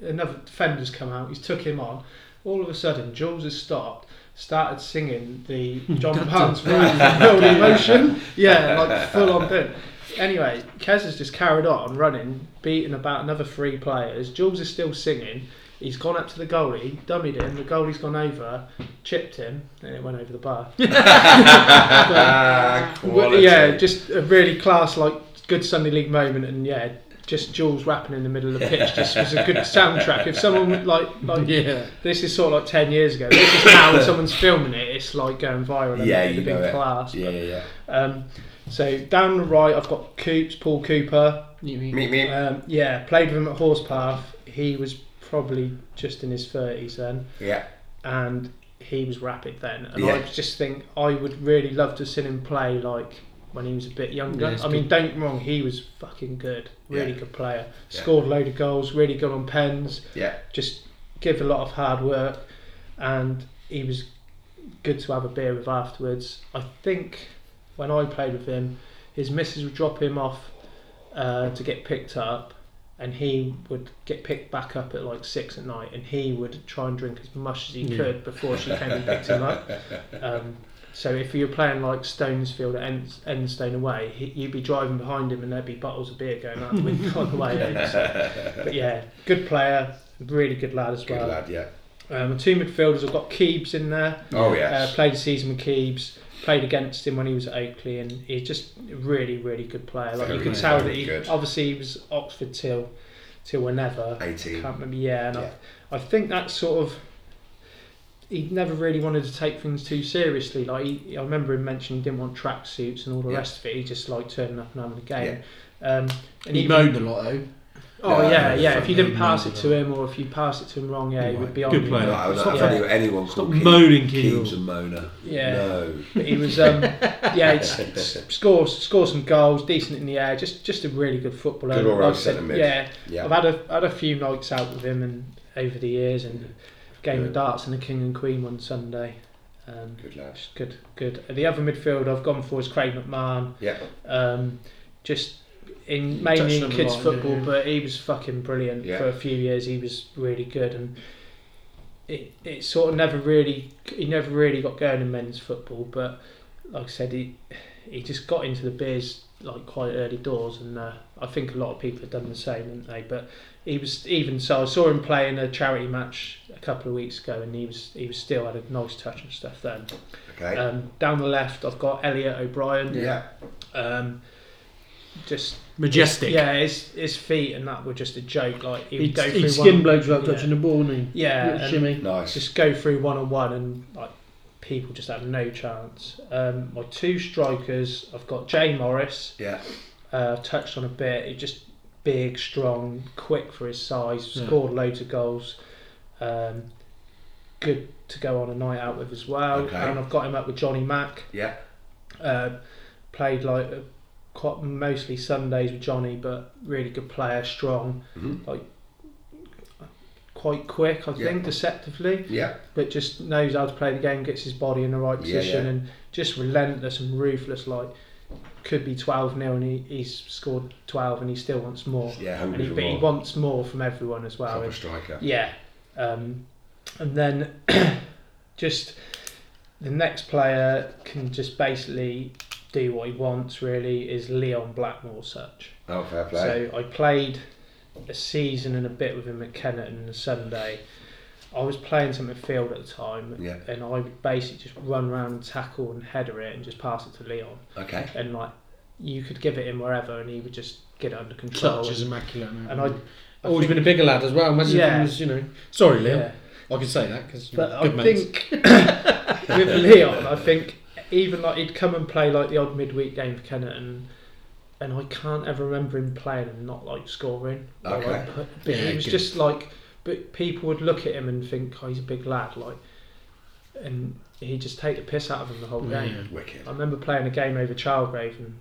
[SPEAKER 6] Another defender's come out, he's took him on. All of a sudden, Jules has stopped, started singing the John Barnes Road Emotion. Yeah, like full on thing. anyway, Kez has just carried on running, beating about another three players. Jules is still singing. He's gone up to the goalie, dummied him. The goalie's gone over, chipped him, and it went over the bar.
[SPEAKER 5] Ah,
[SPEAKER 6] Well,
[SPEAKER 5] quality.
[SPEAKER 6] yeah, just a really class, like good Sunday league moment, and yeah, just Jules rapping in the middle of the pitch just was a good soundtrack. If someone would, like like
[SPEAKER 8] Yeah.
[SPEAKER 6] this is sort of like ten years ago. This is now when someone's filming it. It's like going viral. and
[SPEAKER 5] yeah,
[SPEAKER 6] it's
[SPEAKER 5] you
[SPEAKER 6] a big
[SPEAKER 5] know it.
[SPEAKER 6] class.
[SPEAKER 5] Yeah, yeah, yeah.
[SPEAKER 6] Um, so down the right, I've got Coops, Paul Cooper.
[SPEAKER 8] You mean
[SPEAKER 5] Meet me.
[SPEAKER 6] Um, yeah, played with him at Horsepath. He was probably just in his thirties then
[SPEAKER 5] Yeah.
[SPEAKER 6] and he was rapid then. And
[SPEAKER 5] Yeah.
[SPEAKER 6] I just think I would really love to have seen him play like when he was a bit younger.
[SPEAKER 8] Yeah, he's
[SPEAKER 6] I mean, don't get me wrong, he was fucking good, really
[SPEAKER 5] Yeah.
[SPEAKER 6] good player.
[SPEAKER 5] Yeah.
[SPEAKER 6] Scored a load of goals, really good on pens.
[SPEAKER 5] Yeah.
[SPEAKER 6] Just give a lot of hard work, and he was good to have a beer with afterwards. I think when I played with him, his missus would drop him off uh, to get picked up, and he would get picked back up at like six at night, and he would try and drink as much as he
[SPEAKER 5] Mm.
[SPEAKER 8] Yeah.
[SPEAKER 6] could before she came and picked him up. Um, so if you were playing like Stonesfield at End, Endstone away, he, you'd be driving behind him, and there'd be bottles of beer going out the window on the way home. So, but yeah, good player, really good lad as
[SPEAKER 5] Good
[SPEAKER 6] well.
[SPEAKER 5] lad, yeah.
[SPEAKER 6] Um, two midfielders. I've got Keebs in there.
[SPEAKER 5] Oh,
[SPEAKER 6] Uh,
[SPEAKER 5] yes.
[SPEAKER 6] played a season with Keebs. Played against him when he was at Oakley, and he's just a really, really good player. Like
[SPEAKER 5] Very,
[SPEAKER 6] you could tell that
[SPEAKER 5] very
[SPEAKER 6] he
[SPEAKER 5] good.
[SPEAKER 6] obviously he was Oxford till till whenever.
[SPEAKER 5] 18.
[SPEAKER 6] Can't remember. Yeah, and
[SPEAKER 5] Yeah.
[SPEAKER 6] I, I think that sort of he never really wanted to take things too seriously. Like he, I remember him mentioning he didn't want tracksuits and all the
[SPEAKER 5] Yeah.
[SPEAKER 6] rest of it. He just liked turning up and having a game. Um, and
[SPEAKER 8] he
[SPEAKER 6] even-
[SPEAKER 8] moaned a lot though.
[SPEAKER 6] Oh yeah,
[SPEAKER 5] Yeah,
[SPEAKER 6] yeah.
[SPEAKER 5] yeah,
[SPEAKER 6] If you
[SPEAKER 8] fucking
[SPEAKER 6] didn't pass it
[SPEAKER 8] moaned a
[SPEAKER 6] to him, or if you passed it to him wrong, yeah, he would be on
[SPEAKER 8] Good
[SPEAKER 6] you.
[SPEAKER 8] player.
[SPEAKER 5] No, I would
[SPEAKER 6] Stop
[SPEAKER 5] not
[SPEAKER 6] that.
[SPEAKER 5] value anyone
[SPEAKER 8] Stop
[SPEAKER 5] called Keeb-
[SPEAKER 8] moaning, Keeb.
[SPEAKER 5] Keeb's a moaner.
[SPEAKER 6] Yeah.
[SPEAKER 5] No.
[SPEAKER 6] But he was, um, yeah, he'd s- s- score score some goals, decent in the air, just just a really good footballer.
[SPEAKER 5] Good all-round
[SPEAKER 6] I said,
[SPEAKER 5] centre mid.
[SPEAKER 6] Yeah,
[SPEAKER 5] Yeah.
[SPEAKER 6] I've had a had a few nights out with him and over the years, and a game of darts and the king and queen one Sunday. Um,
[SPEAKER 5] Good lad.
[SPEAKER 6] just good, good. The other midfield I've gone for is Craig McMahon.
[SPEAKER 5] Yeah.
[SPEAKER 6] Um, just in
[SPEAKER 8] touched
[SPEAKER 6] mainly in
[SPEAKER 8] on a
[SPEAKER 6] kids
[SPEAKER 8] lot,
[SPEAKER 6] football,
[SPEAKER 8] yeah.
[SPEAKER 6] but he was fucking brilliant
[SPEAKER 5] Yeah.
[SPEAKER 6] for a few years. He was really good, and it it sort of never really he never really got going in men's football. But like I said, he he just got into the beers like quite early doors, and uh, I think a lot of people have done the same, haven't they? But he was even so. I saw him play in a charity match a couple of weeks ago, and he was he was still had a nice touch and stuff then.
[SPEAKER 5] Okay.
[SPEAKER 6] Um, down the left, I've got Elliot O'Brien.
[SPEAKER 5] yeah.
[SPEAKER 6] Um, just
[SPEAKER 4] Majestic.
[SPEAKER 6] yeah, his his feet and that were just a joke. Like he would
[SPEAKER 8] He'd,
[SPEAKER 6] go
[SPEAKER 8] he'd
[SPEAKER 6] through
[SPEAKER 8] skin
[SPEAKER 6] one,
[SPEAKER 8] blokes without
[SPEAKER 6] Yeah.
[SPEAKER 8] touching the ball, and he
[SPEAKER 6] yeah,
[SPEAKER 8] little
[SPEAKER 6] and
[SPEAKER 8] shimmy.
[SPEAKER 5] Nice.
[SPEAKER 6] just go through one on one and like people just have no chance. Um, my two strikers, I've got Jay Morris.
[SPEAKER 5] yeah.
[SPEAKER 6] Uh, I've touched on a bit. He's just big, strong, quick for his size.
[SPEAKER 8] Yeah.
[SPEAKER 6] Scored loads of goals. Um, good to go on a night out with as well.
[SPEAKER 5] Okay.
[SPEAKER 6] And I've got him up with Johnny Mack.
[SPEAKER 5] Yeah.
[SPEAKER 6] Uh, played like uh, quite mostly Sundays with Johnny, but really good player, strong,
[SPEAKER 5] Mhm.
[SPEAKER 6] like quite quick, I
[SPEAKER 5] Yeah.
[SPEAKER 6] think, deceptively,
[SPEAKER 5] Yeah.
[SPEAKER 6] but just knows how to play the game, gets his body in the right
[SPEAKER 5] Yeah,
[SPEAKER 6] position,
[SPEAKER 5] yeah.
[SPEAKER 6] and just relentless and ruthless. Like could be twelve 0 and he, he's scored twelve, and he still wants more.
[SPEAKER 5] Yeah.
[SPEAKER 6] And
[SPEAKER 5] Hungry
[SPEAKER 6] he,
[SPEAKER 5] for
[SPEAKER 6] but he
[SPEAKER 5] more.
[SPEAKER 6] wants more from everyone as well.
[SPEAKER 5] Proper
[SPEAKER 6] and-
[SPEAKER 5] striker.
[SPEAKER 6] yeah. Um, and then just the next player can just basically do what he wants, really, is Leon Blackmore, such.
[SPEAKER 5] Oh, fair play.
[SPEAKER 6] So I played a season and a bit with him at Kennerton on a Sunday. I was playing some midfield at the time,
[SPEAKER 5] Yeah.
[SPEAKER 6] and I would basically just run around, tackle, and header it, and just pass it to Leon.
[SPEAKER 5] okay.
[SPEAKER 6] And like, you could give it him wherever, and he would just get it under control.
[SPEAKER 8] touch is immaculate. man.
[SPEAKER 6] And I, I
[SPEAKER 8] always
[SPEAKER 6] think-
[SPEAKER 8] been a bigger lad as well. Imagine if
[SPEAKER 6] Yeah.
[SPEAKER 8] he was, you know. Sorry, Liam.
[SPEAKER 6] yeah.
[SPEAKER 8] I can say that because good
[SPEAKER 6] But I
[SPEAKER 8] mates.
[SPEAKER 6] think with Leon, I think even like he'd come and play like the odd midweek game for Kennerton, and I can't ever remember him playing and not like scoring. Or,
[SPEAKER 5] Okay.
[SPEAKER 6] like, put- but
[SPEAKER 8] Yeah,
[SPEAKER 6] he was
[SPEAKER 8] good.
[SPEAKER 6] just like, but people would look at him and think, oh, he's a big lad, like, and he'd just take the piss out of him the whole
[SPEAKER 8] Yeah.
[SPEAKER 6] game.
[SPEAKER 5] Wicked.
[SPEAKER 6] I remember playing a game over Childgrave and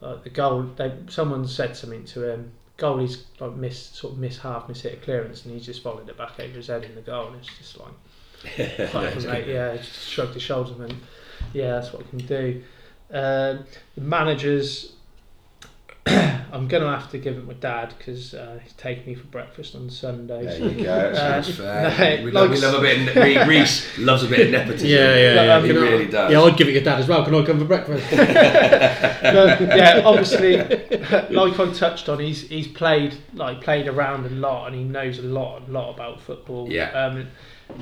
[SPEAKER 6] like the goal. They someone said something to him. Goalie's like missed sort of miss half, miss hit a clearance, and he's just volleyed it back over his head in the goal, and it's just like, fucking mate, yeah, just shrugged his shoulders and went, yeah, that's what I can do. Um the managers, I'm going to have to give it my dad because uh, he's taking me for breakfast on Sundays.
[SPEAKER 5] There you go. Sounds
[SPEAKER 6] Uh,
[SPEAKER 5] fair.
[SPEAKER 6] no,
[SPEAKER 5] we, love, we
[SPEAKER 6] like-
[SPEAKER 5] love a bit. Of, ne- Reese loves a bit of nepotism.
[SPEAKER 8] Yeah, yeah,
[SPEAKER 6] Like,
[SPEAKER 8] yeah.
[SPEAKER 6] I'm
[SPEAKER 5] He
[SPEAKER 6] gonna-
[SPEAKER 5] really does.
[SPEAKER 8] Yeah, I'd give it your dad as well. Can I come for breakfast?
[SPEAKER 6] no, yeah, obviously, like I touched on, he's he's played like played around a lot, and he knows a lot, a lot about football.
[SPEAKER 5] Yeah.
[SPEAKER 6] Um,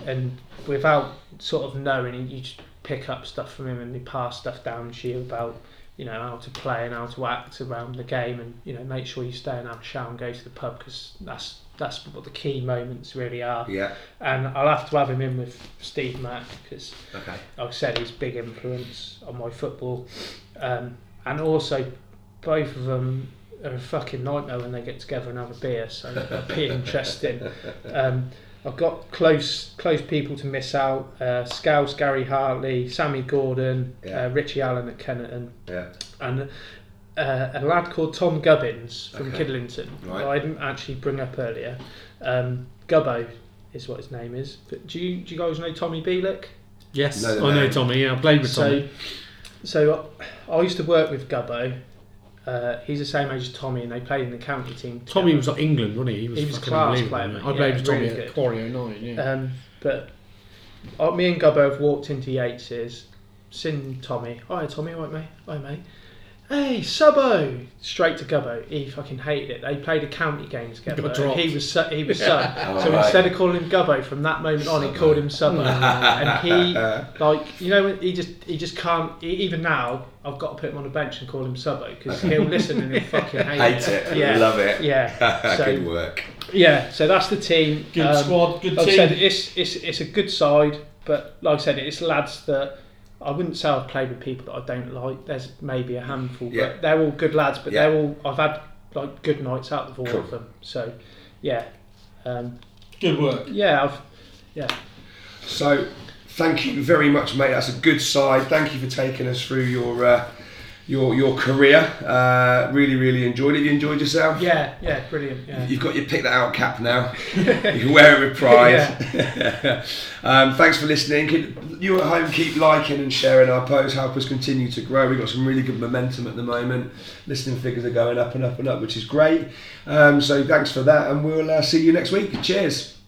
[SPEAKER 6] and without sort of knowing, you just pick up stuff from him, and he pass stuff down to you about you know how to play and how to act around the game, and you know make sure you stay and have a shower and go to the pub because that's that's what the key moments really are.
[SPEAKER 5] yeah.
[SPEAKER 6] And I'll have to have him in with Steve Mack because
[SPEAKER 5] Okay.
[SPEAKER 6] like I said, he's a big influence on my football. Um, and also, both of them are a fucking nightmare when they get together and have a beer, so that'd be interesting. Um, I've got close close people to miss out uh, Scouse, Gary Hartley, Sammy Gordon,
[SPEAKER 5] Yeah.
[SPEAKER 6] uh, Richie Allen at Kennerton,
[SPEAKER 5] Yeah.
[SPEAKER 6] and uh, a lad called Tom Gubbins from
[SPEAKER 5] Okay.
[SPEAKER 6] Kidlington,
[SPEAKER 5] Right.
[SPEAKER 6] who I didn't actually bring up earlier. Um, Gubbo is what his name is. But do you, do you guys know Tommy Bielik?
[SPEAKER 8] yes,
[SPEAKER 5] No,
[SPEAKER 8] I know
[SPEAKER 5] no.
[SPEAKER 8] Tommy. Yeah, I played with
[SPEAKER 6] So,
[SPEAKER 8] Tommy.
[SPEAKER 6] so I used to work with Gubbo. Uh, he's the same age as Tommy, and they played in the county team. together.
[SPEAKER 8] Tommy was like England, wasn't he? He was,
[SPEAKER 6] He was a
[SPEAKER 8] fucking
[SPEAKER 6] class
[SPEAKER 8] unbelievable,
[SPEAKER 6] player,
[SPEAKER 8] mate.
[SPEAKER 6] mate.
[SPEAKER 8] I played
[SPEAKER 6] Yeah,
[SPEAKER 8] with Tommy
[SPEAKER 6] really
[SPEAKER 8] at
[SPEAKER 6] good.
[SPEAKER 8] Quarry 09, yeah.
[SPEAKER 6] Um, but uh, me and Gubbo have walked into Yates's, seen Tommy. Hi, Tommy. Right, mate. Hi, mate. Hey, Subbo! Straight to Gubbo. He fucking hated it. They played a county game together.
[SPEAKER 8] Got dropped.
[SPEAKER 6] He was su- he was sub.
[SPEAKER 5] Oh,
[SPEAKER 6] so
[SPEAKER 5] right.
[SPEAKER 6] instead of calling him Gubbo, from that moment on, he called him Subbo. and he like you know he just he just can't. e even now, I've got to put him on the bench and call him Subbo because he'll listen and he'll fucking hate,
[SPEAKER 5] Hate it.
[SPEAKER 6] Yeah,
[SPEAKER 5] Love it. Ah,
[SPEAKER 6] Yeah. So-
[SPEAKER 5] Good work.
[SPEAKER 6] yeah, so that's the team.
[SPEAKER 7] Good
[SPEAKER 6] Um,
[SPEAKER 7] squad, good
[SPEAKER 6] Like I
[SPEAKER 7] team.
[SPEAKER 6] said, it's, it's, it's a good side, but like I said, it's lads that I wouldn't say I've played with people that I don't like. There's maybe a handful,
[SPEAKER 5] Yeah.
[SPEAKER 6] but they're all good lads. But
[SPEAKER 5] Yeah.
[SPEAKER 6] they're all I've had like good nights out with all
[SPEAKER 5] Cool.
[SPEAKER 6] of them. So yeah, um,
[SPEAKER 7] Good work.
[SPEAKER 6] yeah, I've, yeah.
[SPEAKER 5] So, thank you very much, mate. That's a good side. Thank you for taking us through your uh, your your career. Uh, really, really enjoyed it. You enjoyed yourself.
[SPEAKER 6] Yeah, yeah, brilliant. Yeah.
[SPEAKER 5] You've got your pick that out cap now. you can wear it with pride. um, thanks for listening. Keep- You at home, keep liking and sharing our posts. Help us continue to grow. We've got some really good momentum at the moment. Listening figures are going up and up and up, which is great. Um, so thanks for that, and we'll uh, see you next week. Cheers.